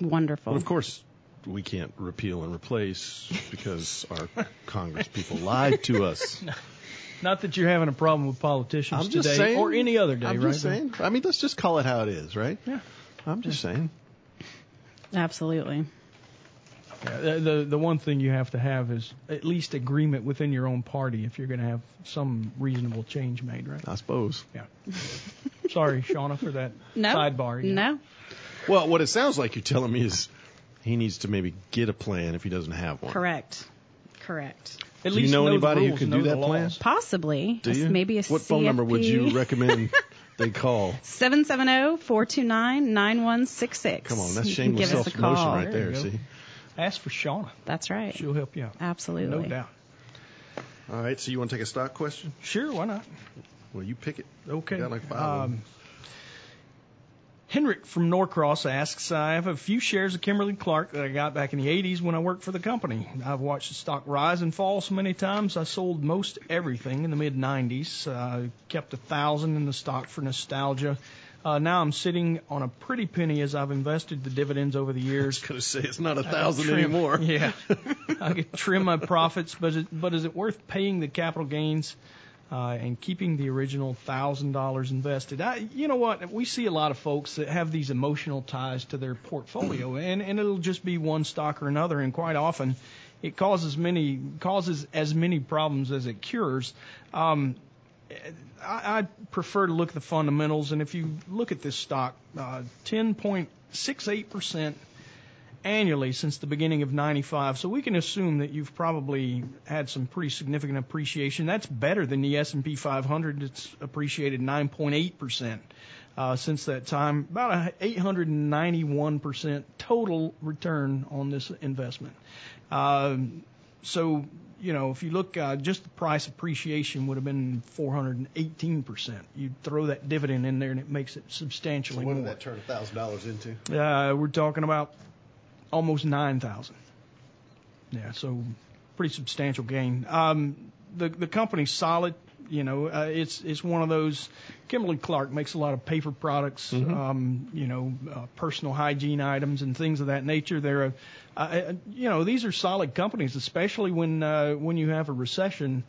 Speaker 8: wonderful.
Speaker 9: But of course, we can't repeal and replace because our Congress people lied
Speaker 10: *laughs*
Speaker 9: to us.
Speaker 10: Not that you're having a problem with politicians
Speaker 9: I'm
Speaker 10: today
Speaker 9: just saying,
Speaker 10: or any other day,
Speaker 9: I'm
Speaker 10: right?
Speaker 9: just saying. I mean, let's just call it how it is, right?
Speaker 10: Yeah.
Speaker 9: I'm just saying.
Speaker 8: Absolutely.
Speaker 10: Yeah, the, the the one thing you have to have is at least agreement within your own party if you're going to have some reasonable change made, right?
Speaker 9: I suppose.
Speaker 10: Yeah. Sorry, Shauna, for that
Speaker 8: *laughs* No.
Speaker 10: sidebar. Yeah.
Speaker 8: No.
Speaker 9: Well, what it sounds like you're telling me is he needs to maybe get a plan if he doesn't have one.
Speaker 8: Correct. Correct.
Speaker 10: At
Speaker 9: Do you
Speaker 10: least
Speaker 9: know
Speaker 10: the
Speaker 9: anybody who
Speaker 10: rules,
Speaker 9: can
Speaker 10: know
Speaker 9: do
Speaker 10: the
Speaker 9: that plan?
Speaker 10: laws.
Speaker 8: Possibly.
Speaker 9: Do you?
Speaker 8: Maybe a
Speaker 9: what phone number would you
Speaker 8: *laughs*
Speaker 9: recommend they call?
Speaker 8: oh, 770-429-9166.
Speaker 9: Come on, that's
Speaker 8: You can
Speaker 9: shameless
Speaker 8: Give us a
Speaker 9: self-promotion
Speaker 8: call.
Speaker 9: right
Speaker 10: There
Speaker 9: there.
Speaker 10: you go.
Speaker 9: see.
Speaker 10: Ask for Shauna.
Speaker 8: That's right.
Speaker 10: She'll help you out.
Speaker 8: Absolutely.
Speaker 10: No doubt.
Speaker 9: All right, so you want to take a stock question?
Speaker 10: Sure, why not?
Speaker 9: Well, you pick it.
Speaker 10: Okay. um,
Speaker 9: You got like five of them.
Speaker 10: Henrik from Norcross asks, I have a few shares of Kimberly Clark that I got back in the 80s when I worked for the company. I've watched the stock rise and fall so many times. I sold most everything in the mid 90s. I kept a thousand in the stock for nostalgia. Uh, now I'm sitting on a pretty penny as I've invested the dividends over the years.
Speaker 9: Gonna say it's not a
Speaker 10: I could
Speaker 9: thousand
Speaker 10: trim-
Speaker 9: anymore. *laughs*
Speaker 10: Yeah, I could trim my profits, but is, but is it worth paying the capital gains uh, and keeping the original thousand dollars invested? I, you know what? We see a lot of folks that have these emotional ties to their portfolio, and and it'll just be one stock or another, and quite often. It causes many causes as many problems as it cures. Um, I, I prefer to look at the fundamentals, and if you look at this stock, uh, 10.68% annually since the beginning of 95. So we can assume that you've probably had some pretty significant appreciation. That's better than the S&P 500. It's appreciated 9.8% uh, since that time. About a 891% total return on this investment. Um, so you know if you look uh, just the price appreciation would have been 418 percent. You throw that dividend in there and it makes it substantially
Speaker 9: What
Speaker 10: more.
Speaker 9: did that turn a thousand dollars into?
Speaker 10: Uh, we're talking about almost 9,000. Yeah, so pretty substantial gain. Um, the the company's solid. You know, uh, it's it's one of those. Kimberly Clark makes a lot of paper products.
Speaker 9: Mm-hmm.
Speaker 10: Um, you know, uh, personal hygiene items and things of that nature. They're, a, uh, uh, you know, these are solid companies, especially when uh, when you have a recession.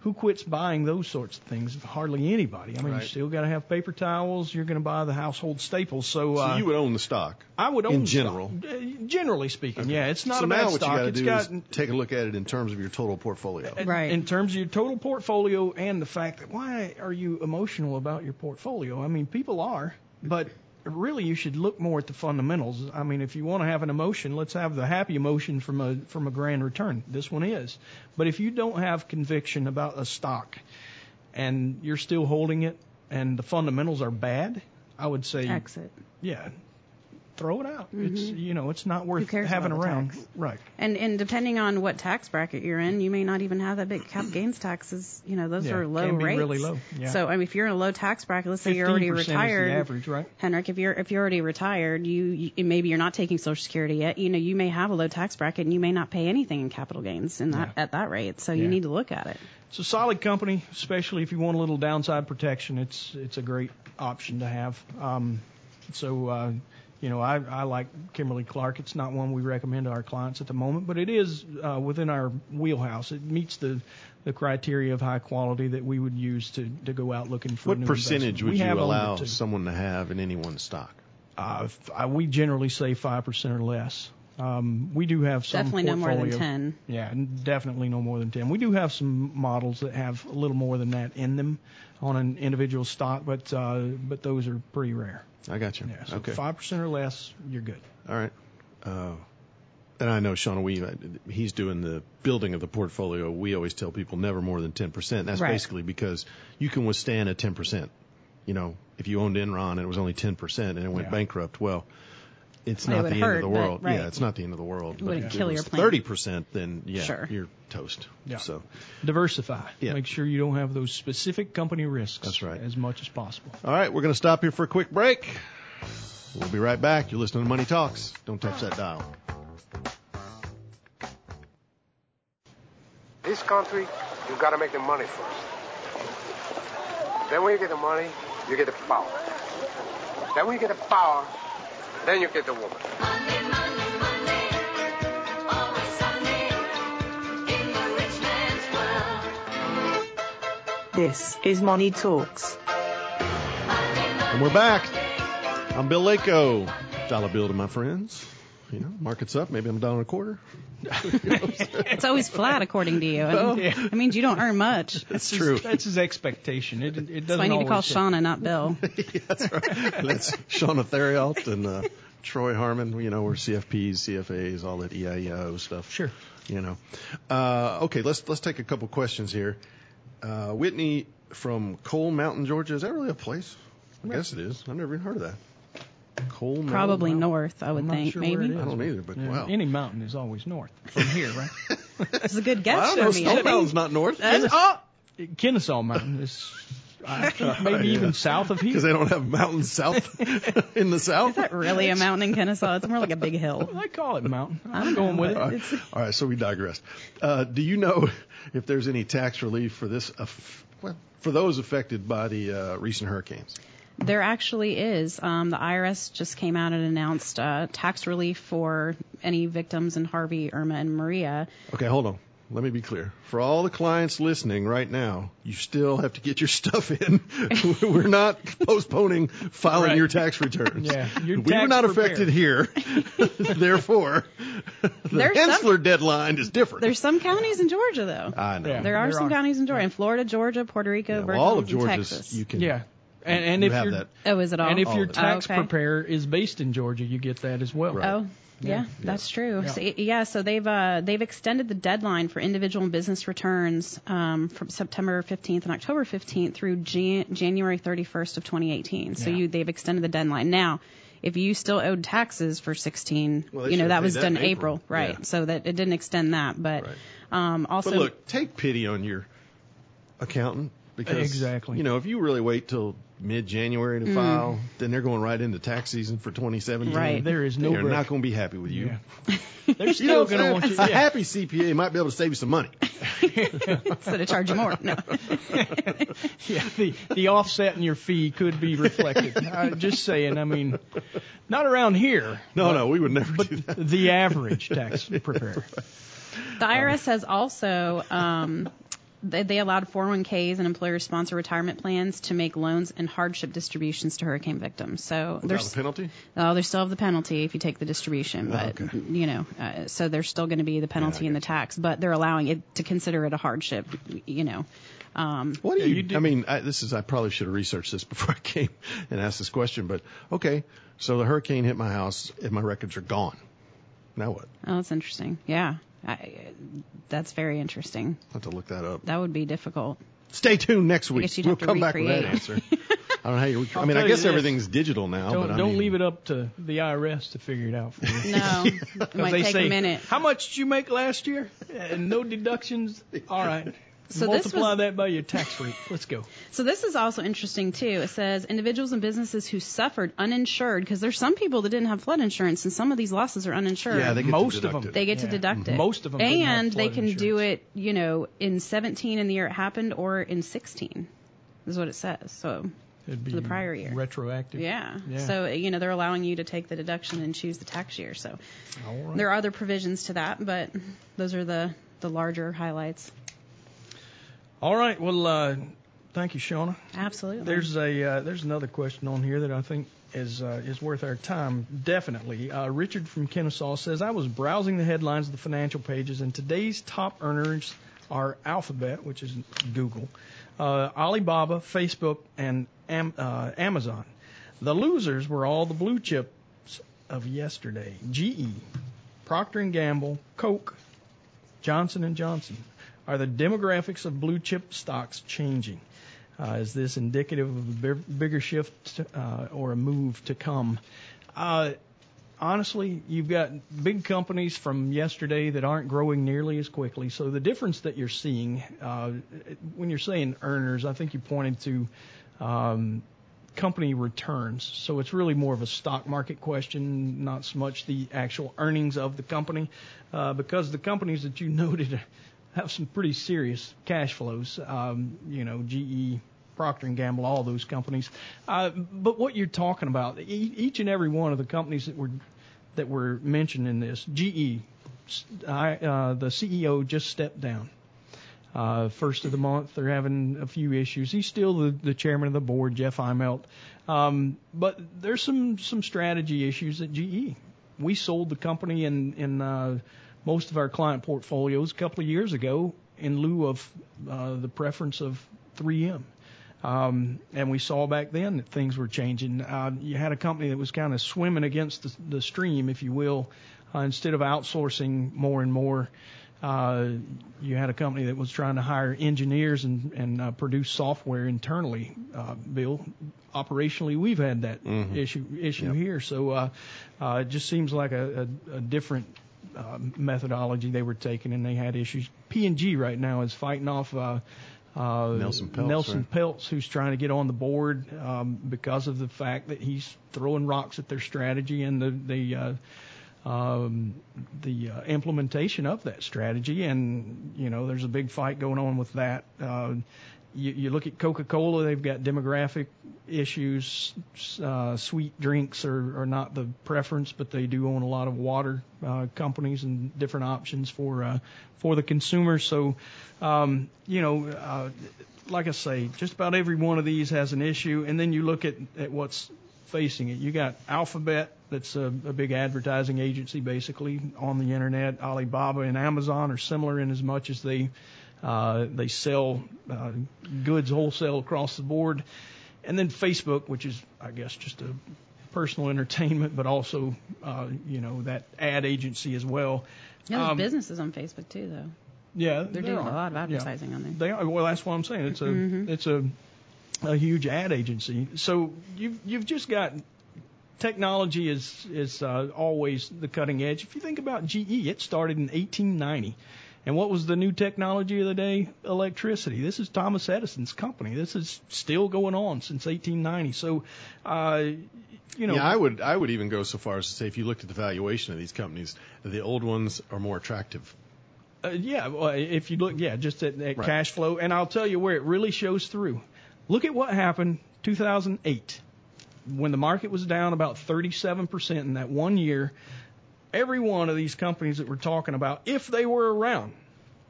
Speaker 10: Who quits buying those sorts of things? Hardly anybody. I mean,
Speaker 9: Right.
Speaker 10: you still got to have paper towels. You're going to buy the household staples. So, uh,
Speaker 9: so you would own the stock.
Speaker 10: I would own
Speaker 9: in
Speaker 10: stock.
Speaker 9: general.
Speaker 10: Uh, Generally speaking, yeah, it's not
Speaker 9: so
Speaker 10: a
Speaker 9: now
Speaker 10: bad
Speaker 9: what
Speaker 10: stock.
Speaker 9: you
Speaker 10: It's
Speaker 9: do
Speaker 10: got
Speaker 9: is take a look at it in terms of your total portfolio.
Speaker 8: Right.
Speaker 10: in terms of your total portfolio and the fact that why are you emotional about your portfolio? I mean, people are, but really you should look more at the fundamentals. I mean, if you want to have an emotion, let's have the happy emotion from a from a grand return. This one is. But if you don't have conviction about a stock and you're still holding it and the fundamentals are bad, I would say
Speaker 8: Exit.
Speaker 10: yeah, throw it out. It's you know, it's not worth
Speaker 8: Mm-hmm. cares
Speaker 10: having
Speaker 8: about the
Speaker 10: around.
Speaker 8: tax?
Speaker 10: Right.
Speaker 8: And and depending on what tax bracket you're in, you may not even have that
Speaker 10: *clears throat*
Speaker 8: big cap gains taxes. You know, those
Speaker 10: Yeah,
Speaker 8: are low
Speaker 10: can be
Speaker 8: rates.
Speaker 10: really low, yeah.
Speaker 8: So I mean, if you're in a low tax bracket, let's say you're already
Speaker 10: 15% is the
Speaker 8: retired.
Speaker 10: average, right?
Speaker 8: Henrik, if you're if you're already retired, you, you maybe you're not taking Social Security yet. You know, you may have a low tax bracket and you may not pay anything in capital gains in that at that rate. So
Speaker 10: Yeah.
Speaker 8: you need to look at it.
Speaker 10: It's a solid company, especially if you want a little downside protection. It's it's a great option to have. Um, so uh, you know, I, I like Kimberly Clark. It's not one we recommend to our clients at the moment, but it is uh, within our wheelhouse. It meets the the criteria of high quality that we would use to, to go out looking for.
Speaker 9: What
Speaker 10: new investment.
Speaker 9: percentage would
Speaker 10: we
Speaker 9: you
Speaker 10: have owned it
Speaker 9: allow
Speaker 10: too.
Speaker 9: someone to have in any one stock?
Speaker 10: Uh, f- I, we generally say five percent or less. Um, we do have some
Speaker 8: Definitely no more than
Speaker 10: portfolio-
Speaker 8: 10.
Speaker 10: Yeah, n- definitely no more than ten. We do have some models that have a little more than that in them on an individual stock, but uh, but those are pretty rare.
Speaker 9: I got you.
Speaker 10: Yeah, so
Speaker 9: okay.
Speaker 10: five percent or less, you're good.
Speaker 9: All right. Uh, and I know Sean Weave, he's doing the building of the portfolio. We always tell people never more than 10%. That's
Speaker 8: Right.
Speaker 9: basically because you can withstand a 10%. You know, if you owned Enron and it was only 10% and it went
Speaker 10: Yeah.
Speaker 9: bankrupt, well, it's
Speaker 8: It
Speaker 9: not
Speaker 8: would
Speaker 9: the end
Speaker 8: hurt,
Speaker 9: of the
Speaker 8: but-
Speaker 9: world.
Speaker 8: right.
Speaker 9: Yeah, it's not the end of the world.
Speaker 8: wouldn't
Speaker 9: if
Speaker 8: kill
Speaker 9: it
Speaker 8: your
Speaker 9: was
Speaker 8: plan.
Speaker 9: 30%, then yeah,
Speaker 8: Sure.
Speaker 9: you're toast.
Speaker 10: Yeah.
Speaker 9: So,
Speaker 10: Diversify.
Speaker 9: Yeah.
Speaker 10: Make sure you don't have those specific company risks.
Speaker 9: That's right.
Speaker 10: As much as possible.
Speaker 9: all right, we're going to stop here for a quick break. We'll be right back. You're listening to Money Talks. Don't touch that dial.
Speaker 11: This country, you gotta make the money first. Then when you get the money, you get the power. Then when you get the power, then you get the woman.
Speaker 6: Money, money, money.
Speaker 12: This is Money Talks.
Speaker 9: And we're back. I'm Bill Lako. Dollar bill to my friends. You know, market's up. Maybe I'm down a quarter.
Speaker 8: it's always flat according to you.
Speaker 9: Well,
Speaker 8: And That means you don't earn much.
Speaker 10: That's true. that's his expectation. It, it doesn't
Speaker 8: So I need to call
Speaker 10: always hit.
Speaker 8: Shauna, not Bill.
Speaker 9: *laughs* That's Shauna Theriault and uh, Troy Harmon. You know, we're CFPs, CFAs, all that EIEO stuff. Sure. You know. Uh, okay, let's let's take a couple questions here. Uh, Whitney from Coal Mountain, Georgia. Is that really a place? I guess it is. I've never even heard of that. Coal Mountain.
Speaker 8: Probably
Speaker 9: Mountain.
Speaker 8: north, I would
Speaker 9: I'm not
Speaker 8: think.
Speaker 9: sure where
Speaker 8: maybe.
Speaker 9: it is. I don't either, but
Speaker 10: Yeah,
Speaker 9: wow.
Speaker 10: Any mountain is always north from here,
Speaker 9: *laughs*
Speaker 10: right?
Speaker 8: It's a good
Speaker 9: Well,
Speaker 8: guess,
Speaker 9: I don't know.
Speaker 8: Jeremy.
Speaker 9: Stone Mountain's not north.
Speaker 8: That's-
Speaker 9: *laughs* Is it?
Speaker 8: oh!
Speaker 10: Kennesaw Mountain is
Speaker 8: *laughs*
Speaker 10: I think maybe even south of here.
Speaker 9: Because they don't have mountains *laughs* south in the south. Is
Speaker 8: that really a mountain in Kennesaw? It's more like a
Speaker 9: *laughs*
Speaker 8: big hill.
Speaker 10: I call it mountain.
Speaker 8: I'm going with
Speaker 9: All right, all right, so we digressed. Uh, do you know *laughs* if there's any tax relief for this aff- well, for those affected by the uh, recent hurricanes?
Speaker 8: There actually is. Um, the IRS just came out and announced uh, tax relief for any victims in Harvey, Irma, and Maria.
Speaker 9: Okay, hold on. Let me be clear. For all the clients listening right now, you still have to get your *laughs* stuff in. We're not postponing filing your tax returns.
Speaker 10: Yeah, you're
Speaker 9: we were
Speaker 10: tax
Speaker 9: not
Speaker 10: prepared.
Speaker 9: affected here.
Speaker 8: *laughs*
Speaker 9: *laughs* Therefore, the
Speaker 8: There's some-
Speaker 9: Hensler deadline is different.
Speaker 8: There's some counties in Georgia, though.
Speaker 9: I know.
Speaker 8: there are some counties in Georgia, in Florida, Georgia, Puerto Rico,
Speaker 9: well,
Speaker 8: Virgin
Speaker 9: all of
Speaker 8: Islands, and
Speaker 9: Georgia's
Speaker 8: Texas.
Speaker 9: you can.
Speaker 10: Yeah. And, and
Speaker 9: You
Speaker 10: if
Speaker 9: have
Speaker 10: your
Speaker 9: that.
Speaker 8: Oh, is it all?
Speaker 10: and if
Speaker 8: All
Speaker 10: your
Speaker 8: of it.
Speaker 10: tax
Speaker 8: Oh, okay.
Speaker 10: preparer is based in Georgia, you get that as well.
Speaker 8: Oh, yeah, that's true. So, y- yeah, so they've uh, they've extended the deadline for individual and business returns um, from September 15th and October 15th through Jan- January 31st of 2018. So
Speaker 13: Yeah.
Speaker 8: you they've extended the deadline now. If you still owed taxes for 16,
Speaker 9: Well, they
Speaker 8: you know
Speaker 9: should've
Speaker 8: that
Speaker 9: paid
Speaker 8: was
Speaker 9: that
Speaker 8: done
Speaker 9: in
Speaker 8: in April,
Speaker 9: April.
Speaker 8: right?
Speaker 9: Yeah.
Speaker 8: So that it didn't extend that, but um, also
Speaker 9: but look, take pity on your accountant because
Speaker 10: Exactly.
Speaker 9: You know, if you really wait till mid-January to
Speaker 10: Mm.
Speaker 9: file, then they're going right into tax season for 2017.
Speaker 10: Right. There is no
Speaker 9: They're
Speaker 10: break.
Speaker 9: not going to be happy with you.
Speaker 8: *laughs*
Speaker 10: They're still
Speaker 9: you
Speaker 10: going
Speaker 9: know
Speaker 10: to
Speaker 9: what
Speaker 10: want
Speaker 9: I'm
Speaker 10: you.
Speaker 9: saying? A
Speaker 10: yeah.
Speaker 9: happy CPA might be able to save you
Speaker 10: *laughs*
Speaker 9: some money.
Speaker 8: instead of charge you
Speaker 9: *laughs*
Speaker 8: more. No.
Speaker 10: yeah, the the offset in your fee could be
Speaker 9: *laughs*
Speaker 10: reflected. I, just saying. I mean, not around here.
Speaker 9: No, no, we would never. But
Speaker 10: the average tax
Speaker 9: *laughs*
Speaker 10: preparer. Um,
Speaker 9: Oh,
Speaker 8: The IRS has also um, they, they allowed 401ks and employer sponsored retirement plans to make loans and hardship distributions to hurricane victims. So
Speaker 9: Without
Speaker 8: there's
Speaker 9: a penalty.
Speaker 8: Oh, they still have the penalty if you take the
Speaker 10: Oh,
Speaker 8: distribution, but you know, uh, so there's still going to be the penalty and the tax, but they're allowing it to consider it a hardship, you know. Um,
Speaker 9: What do you? I mean, I, this is. I probably should have researched this *laughs* before I came and asked this question. But okay, so the hurricane hit my house and my records are gone. Now what?
Speaker 8: Oh, that's interesting. Yeah, I, that's very interesting.
Speaker 9: I have to look that up.
Speaker 8: That would be difficult.
Speaker 9: Stay tuned next
Speaker 8: I
Speaker 9: week.
Speaker 8: guess you'd
Speaker 9: we'll
Speaker 8: have to
Speaker 9: come back with that
Speaker 8: recreate. *laughs*
Speaker 9: answer. I don't know how you. Rec- I
Speaker 10: I'll
Speaker 9: mean, I
Speaker 10: tell you
Speaker 9: guess
Speaker 10: this.
Speaker 9: everything everything's digital now.
Speaker 10: Don't,
Speaker 9: but I
Speaker 10: don't
Speaker 9: mean,
Speaker 10: leave it up to the IRS to figure it out for you.
Speaker 8: No, it
Speaker 10: *laughs* 'Cause
Speaker 8: might
Speaker 10: they
Speaker 8: take
Speaker 10: say,
Speaker 8: a minute.
Speaker 10: How much did you make last year? And no deductions. All right.
Speaker 8: *laughs* So this
Speaker 10: Multiply
Speaker 8: was-
Speaker 10: that by your tax rate. Let's go.
Speaker 8: So this is also interesting too. It says individuals and businesses who suffered uninsured because there's some people that didn't have flood insurance and some of these losses are uninsured.
Speaker 10: Yeah, *laughs* they get to Most of deduct them. it.
Speaker 8: They get to
Speaker 10: Yeah.
Speaker 8: deduct it.
Speaker 10: Most of them didn't have
Speaker 8: And they
Speaker 10: flood
Speaker 8: can do it, you know, in 17 in the year it happened or in 16 is what it says. So
Speaker 10: It'd be
Speaker 8: the prior year.
Speaker 10: retroactive.
Speaker 8: Yeah.
Speaker 10: Yeah.
Speaker 8: So you know they're allowing you to take the deduction and choose the tax year. So
Speaker 10: All right.
Speaker 8: there are other provisions to that, but those are the the larger highlights.
Speaker 10: All right. Well, uh, thank you, Shauna.
Speaker 8: Absolutely.
Speaker 10: There's a uh, there's another question on here that I think is uh, is worth our time definitely. Uh, Richard from Kennesaw says I was browsing the headlines of the financial pages and today's top earners are Alphabet, which is Google, uh, Alibaba, Facebook, and Am- uh, Amazon. The losers were all the blue chips of yesterday: GE, Procter and Gamble, Coke, Johnson and Johnson. Are the demographics of blue chip stocks changing? Uh, is this indicative of a bi- bigger shift uh, or a move to come? Uh, honestly, you've got big companies from yesterday that aren't growing nearly as quickly. So the difference that you're seeing uh, when you're saying earners, I think you pointed to um, company returns. So it's really more of a stock market question, not so much the actual earnings of the company, uh, because the companies that you *laughs* noted have some pretty serious cash flows. Um, you know, GE, Procter and Gamble, all those companies. Uh, but what you're talking about, e- each and every one of the companies that were that were E, mentioned in this, GE, s- I, uh, the CEO just stepped down. Uh, first of the month, they're having a few issues. He's still the, the chairman of the board, Jeff Imelt. Um, but there's some some strategy issues at GE. We sold the company in in uh, most of our client portfolios a couple of years ago in lieu of uh, the preference of 3M. Um, and we saw back then that things were changing. Uh, you had a company that was kind of swimming against the, the stream, if you will. Uh, instead of outsourcing more and more, uh, you had a company that was trying to hire engineers and, and uh, produce software internally. Uh, Bill, operationally, we've had that
Speaker 9: Mm-hmm.
Speaker 13: Mhm.
Speaker 10: issue issue
Speaker 13: Yep.
Speaker 10: here. So uh, uh, it just seems like a, a, a different uh, methodology they were taking, and they had issues. P and G right now is fighting off. Uh, uh,
Speaker 9: Nelson Peltz,
Speaker 10: Nelson
Speaker 9: right.
Speaker 10: Peltz, who's trying to get on the board um, because of the fact that he's throwing rocks at their strategy and the the uh, um, the uh, implementation of that strategy. And you know, there's a big fight going on with that. Uh, you, you look at Coca-Cola; they've got demographic issues. S- Uh, sweet drinks are, are not the preference, but they do own a lot of water uh, companies and different options for uh, for the consumer. So, um, you know, uh, like I say, just about every one of these has an issue. And then you look at at what's facing it. You got Alphabet, that's a, a big advertising agency basically on the internet. Alibaba and Amazon are similar in as much as they uh, they sell uh, goods wholesale across the board. And then Facebook, which is I guess just a personal entertainment, but also uh, you know that ad agency as well.
Speaker 8: Yeah, there's
Speaker 10: Um,
Speaker 8: businesses on Facebook too, though.
Speaker 10: yeah,
Speaker 8: They're
Speaker 10: there
Speaker 8: doing a
Speaker 10: are.
Speaker 8: lot of
Speaker 10: Yeah.
Speaker 8: advertising on there.
Speaker 10: They are. Well, that's what I'm saying. It's a
Speaker 8: Mhm.
Speaker 10: it's a a huge ad agency. So you've you've just got technology is is uh, always the cutting edge. If you think about GE, it started in 1890. And what was the new technology of the day? Electricity. This is Thomas Edison's company. This is still going on since 1890. So, uh, you know,
Speaker 9: yeah, I would I would even go so far as to say if you looked at the valuation of these companies, the old ones are more attractive.
Speaker 10: Uh, yeah, well, if you look, yeah, just at, at
Speaker 9: Right.
Speaker 10: cash flow, and I'll tell you where it really shows through. Look at what happened 2008 when the market was down about 37% in that one year. Every one of these companies that we're talking about, if they were around,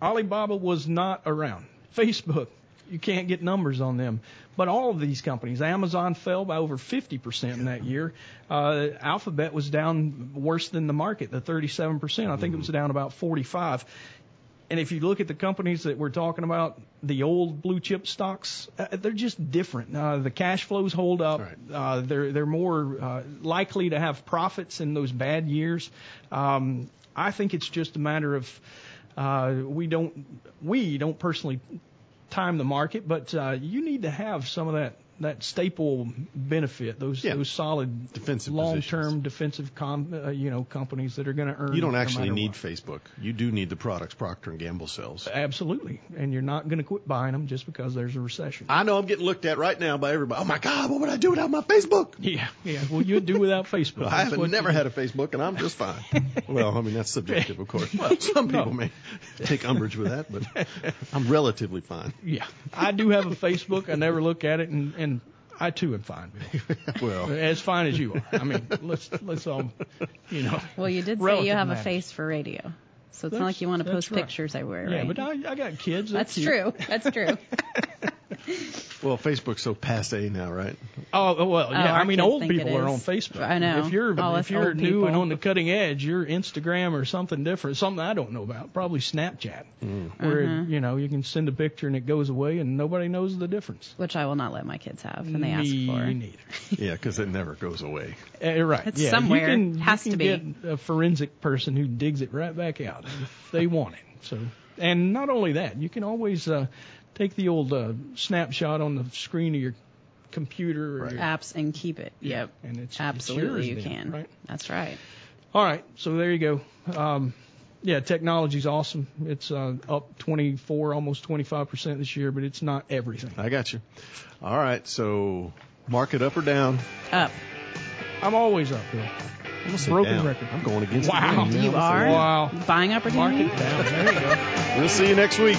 Speaker 10: Alibaba was not around. Facebook, you can't get numbers on them. But all of these companies, Amazon fell by over 50% in that year. Uh, Alphabet was down worse than the market, the 37%. I think it was down about 45. And if you look at the companies that we're talking about, the old blue chip stocks, uh, they're just different. Uh, the cash flows hold up. Uh, they're they're more uh, likely to have profits in those bad years. Um, I think it's just a matter of uh, we don't we don't personally time the market, but uh, you need to have some of that that staple benefit, those those solid defensive long-term defensive com, uh, you know companies that are going to earn.
Speaker 9: You don't
Speaker 10: no
Speaker 9: actually
Speaker 10: matter
Speaker 9: need Facebook. You do need the products Procter and Gamble sells.
Speaker 10: Absolutely. And you're not going to quit buying them just because there's a recession.
Speaker 9: I know I'm getting looked at right now by everybody. Oh my God, what would I do without my Facebook?
Speaker 10: Yeah, yeah. Well, you'd do without Facebook.
Speaker 9: *laughs* I
Speaker 10: That's
Speaker 9: haven't
Speaker 10: what
Speaker 9: never
Speaker 10: you-
Speaker 9: had a Facebook, and I'm
Speaker 10: *laughs*
Speaker 9: just fine. well, I mean that's subjective, of course. *laughs* Some people may take umbrage with that, but I'm relatively fine.
Speaker 10: Yeah. I do have a Facebook. I never look at it, and, and I too am fine.
Speaker 9: *laughs* Well,
Speaker 10: as fine as you are. I mean, let's let's all, you know.
Speaker 8: Well, you did say you
Speaker 10: relative
Speaker 8: have a
Speaker 10: matters.
Speaker 8: face for radio, so it's not
Speaker 10: That's-
Speaker 8: like you want to
Speaker 10: that's
Speaker 8: post
Speaker 10: right.
Speaker 8: pictures everywhere,
Speaker 10: Yeah,
Speaker 8: right?
Speaker 10: but I, I got kids.
Speaker 8: that's
Speaker 10: it.
Speaker 8: true. That's
Speaker 10: *laughs*
Speaker 8: true.
Speaker 9: Well, Facebook's so passe now, right?
Speaker 10: Oh oh, well,
Speaker 8: Oh,
Speaker 10: yeah.
Speaker 8: our
Speaker 10: I mean,
Speaker 8: kids
Speaker 10: old
Speaker 8: think it
Speaker 10: people are
Speaker 8: is.
Speaker 10: on Facebook.
Speaker 8: I know.
Speaker 10: If you're
Speaker 8: All
Speaker 10: if
Speaker 8: us
Speaker 10: you're
Speaker 8: old
Speaker 10: new and
Speaker 8: people.
Speaker 10: on the cutting edge, you're Instagram or something different, something I don't know about. Probably Snapchat, where
Speaker 8: Mhm.
Speaker 10: you know you can send a picture and it goes away and nobody knows the difference.
Speaker 8: Which I will not let my kids have, and they ask
Speaker 10: Me
Speaker 8: for.
Speaker 10: neither. *laughs*
Speaker 9: Yeah, because it never goes away.
Speaker 10: Eh, right.
Speaker 8: It's
Speaker 10: yeah.
Speaker 8: somewhere.
Speaker 10: You can,
Speaker 8: Has
Speaker 10: you
Speaker 8: to
Speaker 10: can
Speaker 8: be.
Speaker 10: get a forensic person who digs it right back out if they want it. So, and not only that, you can always uh, take the old uh, snapshot on the screen of your computer or your
Speaker 8: Apps and keep it. Yep.
Speaker 10: And it's
Speaker 8: Absolutely,
Speaker 10: it's
Speaker 8: you
Speaker 10: yours then,
Speaker 8: can.
Speaker 10: right?
Speaker 8: That's right.
Speaker 10: All right, so there you go. Um, yeah, technology's awesome. It's uh, up 24, almost 25 percent this year, but it's not everything.
Speaker 9: I got you. All right, so mark it up or down.
Speaker 8: Up.
Speaker 10: I'm always up there. Broken
Speaker 9: down.
Speaker 10: record.
Speaker 9: I'm going against
Speaker 10: Wow.
Speaker 9: the grain.
Speaker 10: You
Speaker 9: Yeah, I'm
Speaker 10: are?
Speaker 9: saying.
Speaker 10: Wow.
Speaker 8: Buying opportunity.
Speaker 10: Market down. There you go.
Speaker 9: We'll see you next week.